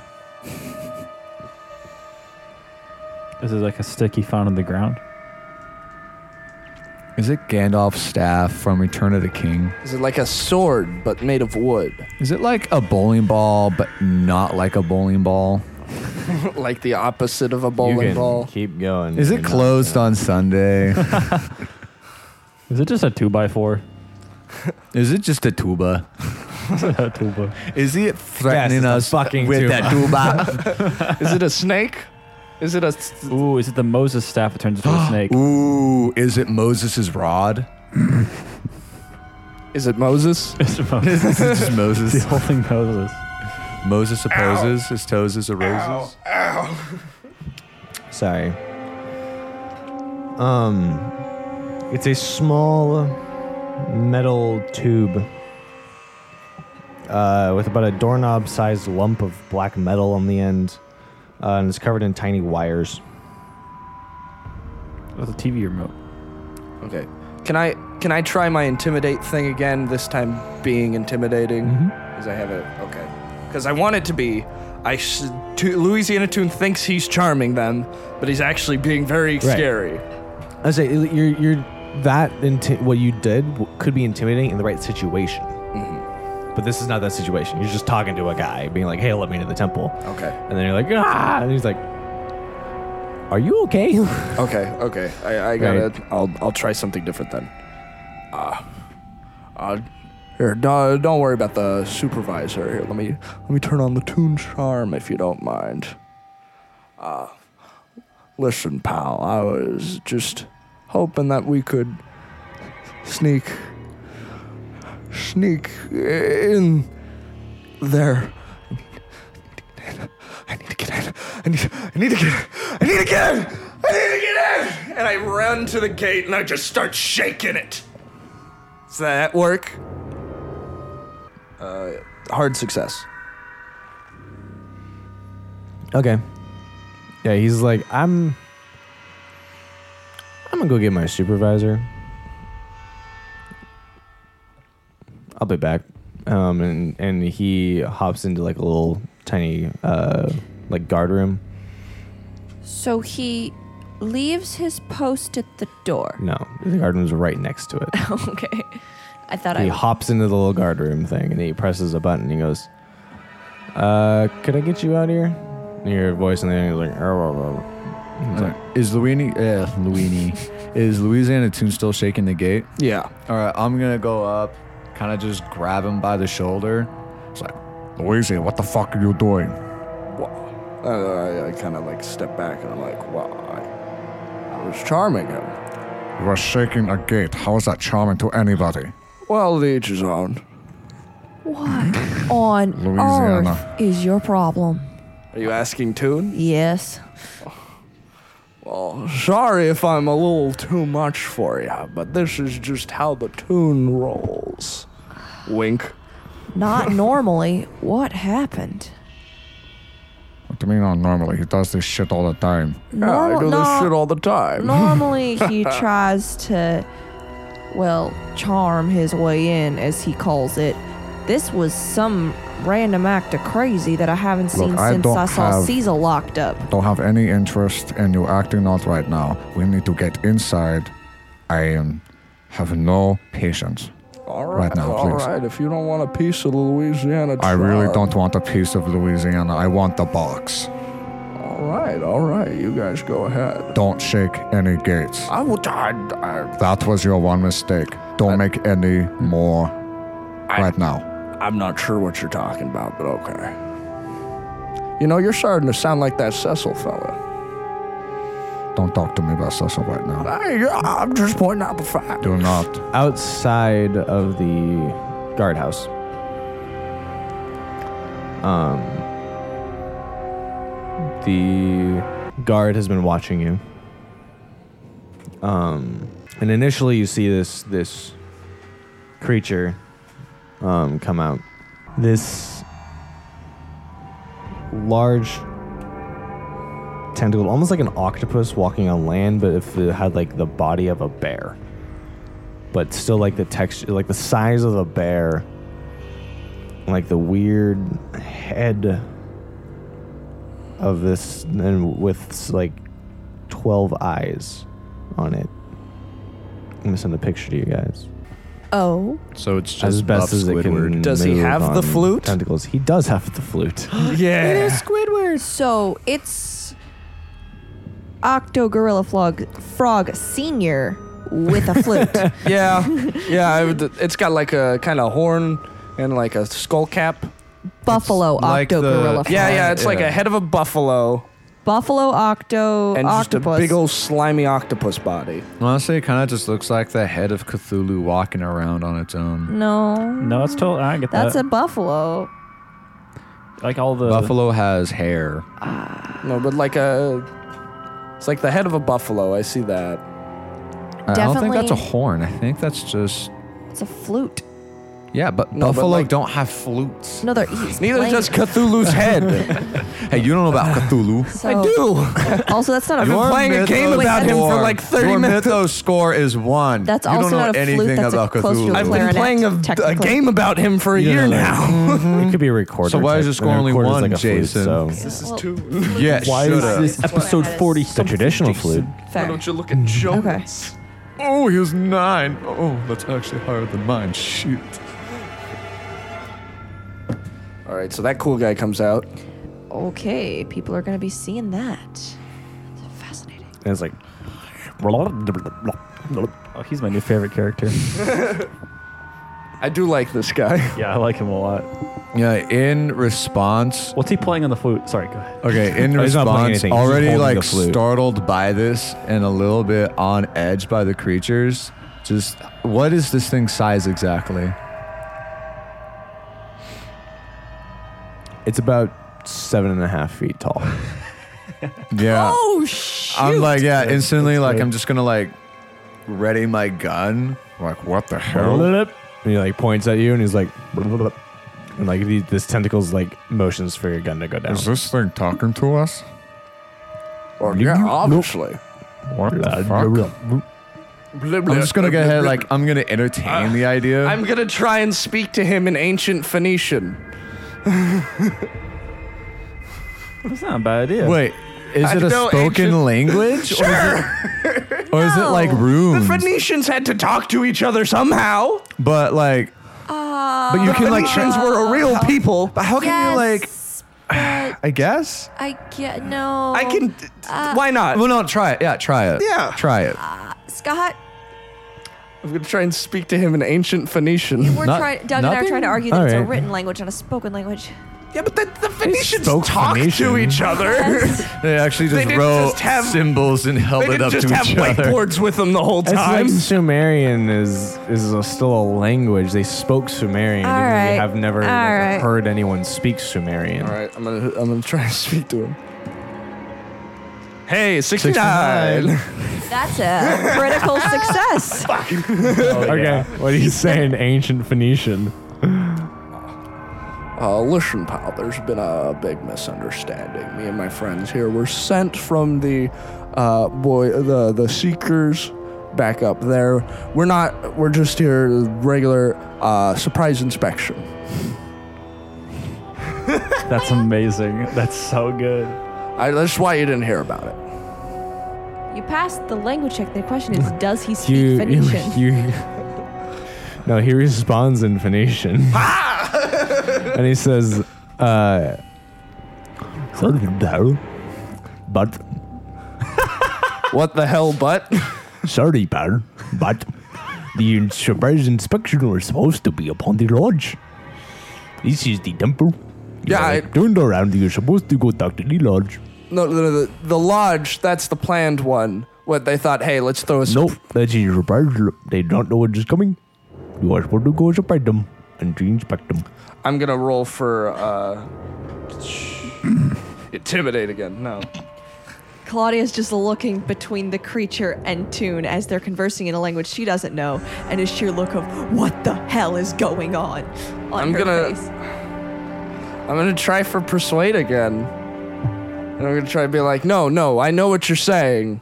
Is it like a stick he found in the ground? Is it Gandalf's staff from Return of the King? Is it like a sword but made of wood, Is it like a bowling ball, but not like a bowling ball? like the opposite of a you bowling can ball? Keep going. uh, Is You're it not- closed on Sunday? Is it just a two by four? Is it just a tuba? a two by. Is it threatening it's a us fucking with tuba. that tuba? Is it a snake? Is it a? s- Ooh, is it the Moses staff that turns into a snake? Ooh, is it Moses' rod? Is it Moses? It's a Moses. is it the just Moses? whole thing Moses. Moses opposes, his toes is a roses. Sorry. Um, it's a small metal tube uh, with about a doorknob-sized lump of black metal on the end, uh, and it's covered in tiny wires. With a TV remote. Okay. Can I can I try my intimidate thing again? This time being intimidating, because I have it. Okay. Because I want it to be. I sh- to, Louisiana Tune thinks he's charming them, but he's actually being very scary. I say you're you're that inti- what you did w- could be intimidating in the right situation. But this is not that situation. You're just talking to a guy, being like, "Hey, let me into the temple," Okay. and then you're like, "Ah!" and he's like, "Are you okay?" Okay. Okay. I, I got it. I'll I'll try something different then. Uh, uh here, no, don't worry about the supervisor. Here, let me let me turn on the tune charm if you don't mind. Uh, listen, pal, I was just hoping that we could sneak sneak in there. I need to get in. I need, I need to get in. I need to get in. I need to get in. And I run to the gate and I just start shaking it. Does that work? Uh, hard success. Okay. Yeah, he's like, I'm. I'm gonna go get my supervisor. I'll be back. Um, and and he hops into like a little tiny uh like guard room. So he leaves his post at the door. No, the guard room's right next to it. okay. I thought he I. hops into the little guard room thing and he presses a button. And he goes, "Uh, could I get you out here?" And you hear a voice, and then he's like, "Oh, "Arr, arr, arr." Is Luini, eh, Luini, is Louisiana Tune still shaking the gate? Yeah. All right, I'm gonna go up, kind of just grab him by the shoulder. It's like, Louise, what the fuck are you doing? Uh, I, I kind of like step back and I'm like, wow, I, I was charming him. You are shaking a gate. How is that charming to anybody? Well, to each his own. What on Louisiana. earth is your problem? Are you asking Tune? Yes. Well, sorry if I'm a little too much for you, but this is just how the Tune rolls. Wink. Not normally. What happened? What do you mean, not normally? He does this shit all the time. Yeah, I Normal- do no- this shit all the time. normally he tries to, well, charm his way in, as he calls it. This was some random act of crazy that I haven't seen I since don't I saw have- Caesar locked up. Don't have any interest in you acting out right now. We need to get inside. I am have no patience. All Right right, now, all please. right. If you don't want a piece of the Louisiana, I really tribe, don't want a piece of Louisiana. I want the box. All right, all right. You guys go ahead. Don't shake any gates. I will. I, That was your one mistake. Don't make any more right now. I, am not sure what you're talking about, but okay. You know, you're starting to sound like that Cecil fella. Don't talk to me about Cecil right now. I, I'm just pointing out the fact. Do not. outside of the guardhouse. Um, the guard has been watching you. Um, and initially you see this this creature um, come out. This large tentacle, almost like an octopus walking on land, but if it had like the body of a bear but still like the texture, like the size of a bear, like the weird head of this, and with like twelve eyes on it. I'm gonna send a picture to you guys Oh, So it's just as best as it can. Does he move have on the flute? Tentacles. He does have the flute. Yeah. Squidward. So it's Octo Gorilla Frog, Frog Senior with a flute. yeah. Yeah. I would- It's got like a kind of horn and like a skull cap. Buffalo like Octo the- Gorilla Frog. Yeah, Yeah, yeah. It's like yeah. a head of a buffalo Buffalo Octo and Octopus. just a big old slimy octopus body. Honestly, it kind of just looks like the head of Cthulhu walking around on its own. no, No, it's totally. I get that's a that. buffalo. like all the Buffalo has hair. No, but like a. It's like the head of a buffalo. I see that. I don't think that's a Definitely- horn. I think that's just It's a flute. yeah. But No, but buffalo like- don't have flutes. No, they're he's Neither playing. does Cthulhu's head. Hey, you don't know about Cthulhu. So- Also, that's not a I've been Your playing a game Mythos about him for score- like 30 your minutes. Mythos score is one. That's you also don't know not a flute, anything that's a about close to a Cthulhu. I've been clarinet, playing a, a technically. game about him for a year now. it could be a recorder. So why is type- it scoring a only recorder's one, like a flute, Jason? so- This is too- Yeah, Why should is have. this episode forty? The traditional flute. Fair. you look at Joe? Okay. Oh, he was nine. Oh, that's actually higher than mine. Shoot. All right, so that cool guy comes out. Okay, people are gonna be seeing that. That's fascinating. And it's like. Oh, he's my new favorite character. I do like this guy. yeah, I like him a lot. Yeah, in response. What's he playing on the flute? Sorry, go ahead. Okay, in Oh, he's not playing response, anything, he's just already holding the like flute. startled by this and a little bit on edge by the creatures. Just what is this thing's size exactly? It's about seven and a half feet tall. Yeah. Oh shoot! I'm like, yeah, instantly, like, I'm just gonna like ready my gun. Like, what the hell? and he like points at you and he's like and like the, this tentacle's like motions for your gun to go down Is this thing talking to us? Or, yeah, obviously. What the fuck? I'm just gonna go ahead, like, I'm gonna entertain the idea. I'm gonna try and speak to him in ancient Phoenician. That's not a bad idea. Wait, is I it a know spoken ancient- language? Or is it, or is it like No. The runes? Phoenicians had to talk to each other somehow. but like, Uh, but you can like, Phoenicians trans- were a real people. but how can you like? Yes, but I guess. I get no. I can. uh, why not? Well, no, try it. Yeah, try it. Yeah. try it. Scott. I'm gonna try and speak to him in ancient Phoenician. We're Not- trying. Doug and I are nothing? trying to argue that it's a Alright. written language, not a spoken language. Yeah, but the, the Phoenicians spoke talked to Phoenician. each other. They actually just didn't wrote just have- symbols and held They it didn't up just to have each other. whiteboards with them the whole it's like time. Sumerian is is a, still a language. They spoke Sumerian. All even though right. You have never All right. heard anyone speak Sumerian. All right, I'm gonna I'm gonna try and speak to him. Hey, 69. That's a critical success. Okay, what are you saying? Ancient Phoenician. Uh, listen, pal, there's been a big misunderstanding. Me and my friends here were sent from the uh, boy the the seekers back up there. We're not. We're just here regular uh, surprise inspection. That's amazing. That's so good. I, that's why you didn't hear about it. you passed the language check. The question is, does he speak You, you, Phoenician? you, No, he responds in Phoenician. and he says, uh, but What the hell, but? sorry, Baron, but the surprise inspection was supposed to be upon the lodge. This is the temple. You Yeah, are I- turned around. You're supposed to go talk to the lodge. No, no, no, the, the lodge, that's the planned one. What they thought, hey, let's throw a s- Nope, that's a surprise. They don't know what is coming. You are supposed to go surprise them and to inspect them. I'm gonna roll for uh intimidate again. No. Claudia's just looking between the creature and Toon as they're conversing in a language she doesn't know, and a sheer look of what the hell is going on on I'm her gonna- face. I'm gonna try for persuade again. And I'm gonna try to be like, no, no, I know what you're saying.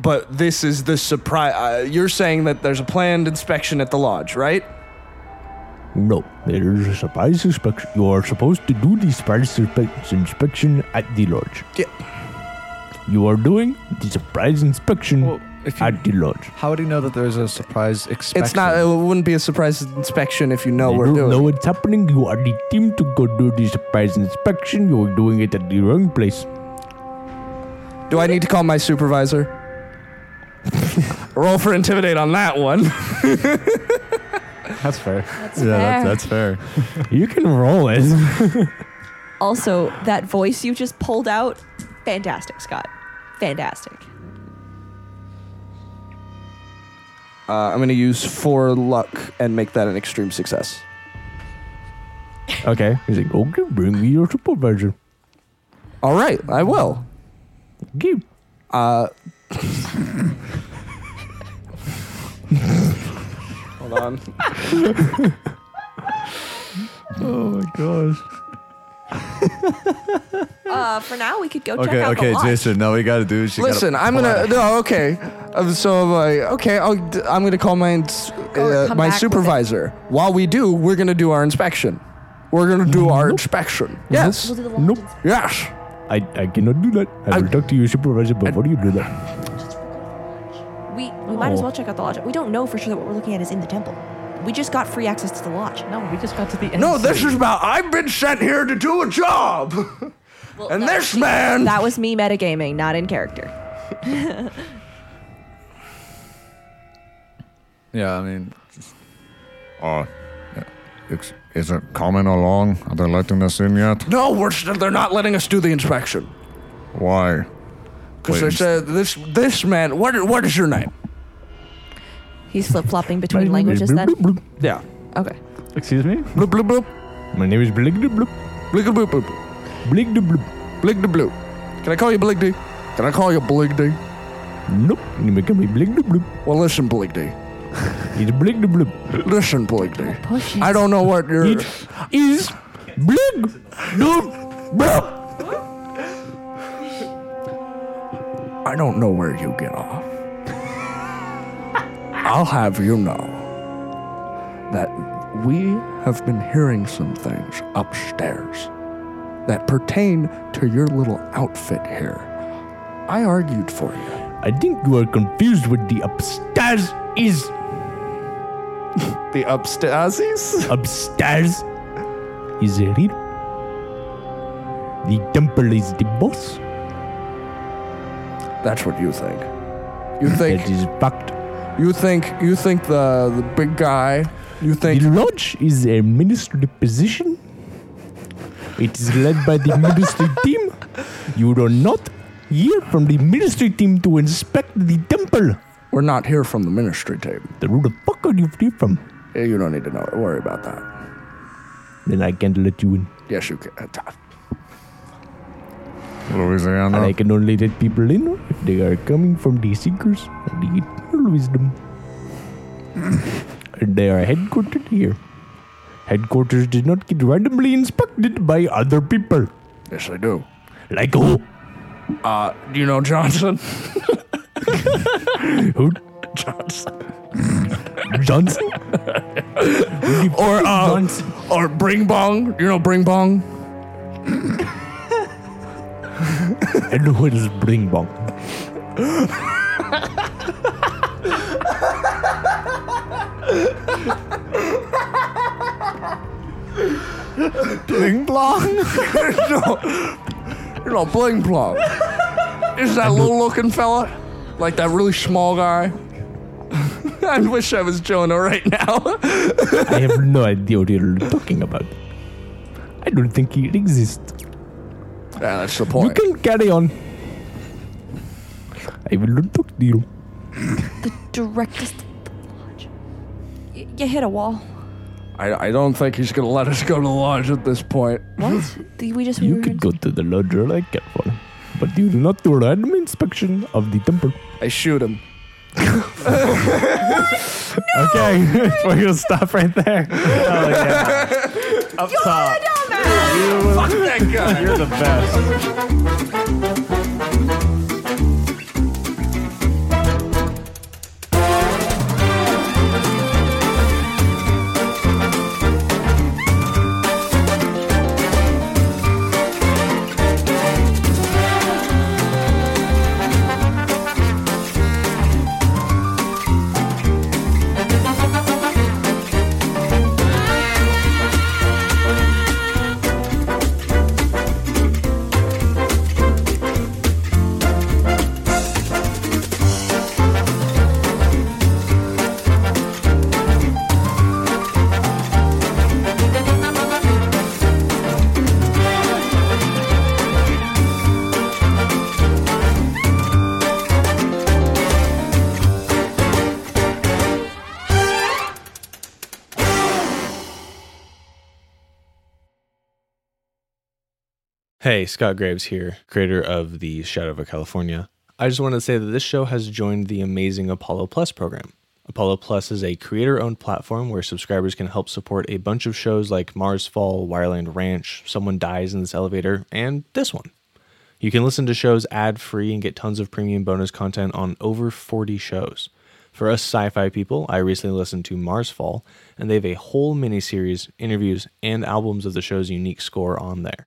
But this is the surprise. Uh, you're saying that there's a planned inspection at the lodge, right? No, there is a surprise inspection. You are supposed to do the surprise inspe- inspection at the lodge. Yeah. You are doing the surprise inspection Well, if you- at the lodge. How would he know that there's a surprise expected? It's not. It wouldn't be a surprise inspection if you know you we're don't doing. know it. what's happening. You are the team to go do the surprise inspection. You are doing it at the wrong place. Do I need to call my supervisor? Roll for intimidate on that one. That's fair. That's Yeah, that, fair. that's fair. You can roll it. Also, that voice you just pulled out, fantastic, Scott. Fantastic. Uh, I'm gonna use four luck and make that an extreme success. okay. He's like, okay, bring me your supervisor. All right, I will. Okay. Uh, hold on. Oh my gosh. Uh, for now, we could go check Okay, out the okay, lodge. Jason. Now we got to do is you Listen, gotta I'm pull gonna out no. Okay, um, so I'm like, okay, I'll, d- I'm gonna call my ins- Go- uh, come my back with it. supervisor. While we do, we're gonna do our inspection. We're gonna do our inspection. Yes, We'll do the lodge Nope. inspection. yes. I, I cannot do that. I will I- talk to your supervisor before you do that. We, we might as well check out the lodge. We don't know for sure that what we're looking at is in the temple. We just got free access to the lodge. No, we just got to the end. No, this is about. I've been sent here to do a job, and this man. That was me metagaming, not in character. the- Yeah, I mean, Uh, it's, is it coming along? Are they letting us in yet? No, we're st- they're not letting us do the inspection Why? because they Wait. said this. This man. What? What is your name? He's flip flopping between languages then? Yeah. Okay. Excuse me? Bloop bloop bloop. My name is Blig de Bloop. Blick bloop bloop. Blig de Bloop. Blig the blue. Can I call you Blig D? Can I call you Blig D? Nope. You may call me Blig de Bloop. Well, listen, Blig D. It's Blig de Bloop. Listen, Blig D. Push it. I don't know what you're. It is Blig de Bloop. I don't know where you get off. I'll have you know that we have been hearing some things upstairs that pertain to your little outfit here. I argued for you. I think you are confused with the upstairs is The upstairs? upstairs is a real. The temple is the boss. That's what you think. You think That is fact. you think you think the the big guy you think The lodge is a ministry position. It is led by the ministry team. You do not hear from the ministry team to inspect the temple. We're not here from the ministry team. Then who the fuck are you free from? Eh, You don't need to know. Worry about that. Then I can't let you in. Yes, you can. uh, Ah. Louisiana? And I can only let people in if they are coming from the seekers of the eternal wisdom. and they are headquartered here. Headquarters did not get randomly inspected by other people. Yes, I do. Like oh, who? Uh, do you know Johnson? Who? Johnson. Johnson? Or, uh, Or Bring Bong? Do you know Bring Bong? And who is Bring Bong? bling blong. There's no, there's no bling blong. There's that little looking fella, like that really small guy. I wish I was Jonah right now. I have no idea what you're talking about. I don't think it exists. yeah, that's the point. can carry on. I will not talk to you. Directest. You, you hit a wall. I, I don't think he's gonna let us go to the lodge at this point. What? The- we just. we You were can in- go to the lodge all I care for, but you do not do random inspection of the temple. I shoot him. Okay, we're gonna stop right there. Oh, yeah. Up top, Fuck that guy. you're the best. Hey, Scott Graves here, creator of the Shadow of California. I just want to say that this show has joined the amazing Apollo Plus program. Apollo Plus is a creator owned platform where subscribers can help support a bunch of shows like Mars Fall, Wireland Ranch, Someone Dies in This Elevator, and this one. You can listen to shows ad free and get tons of premium bonus content on over 40 shows. For us sci fi people, I recently listened to Mars Fall, and they have a whole miniseries, interviews, and albums of the show's unique score on there.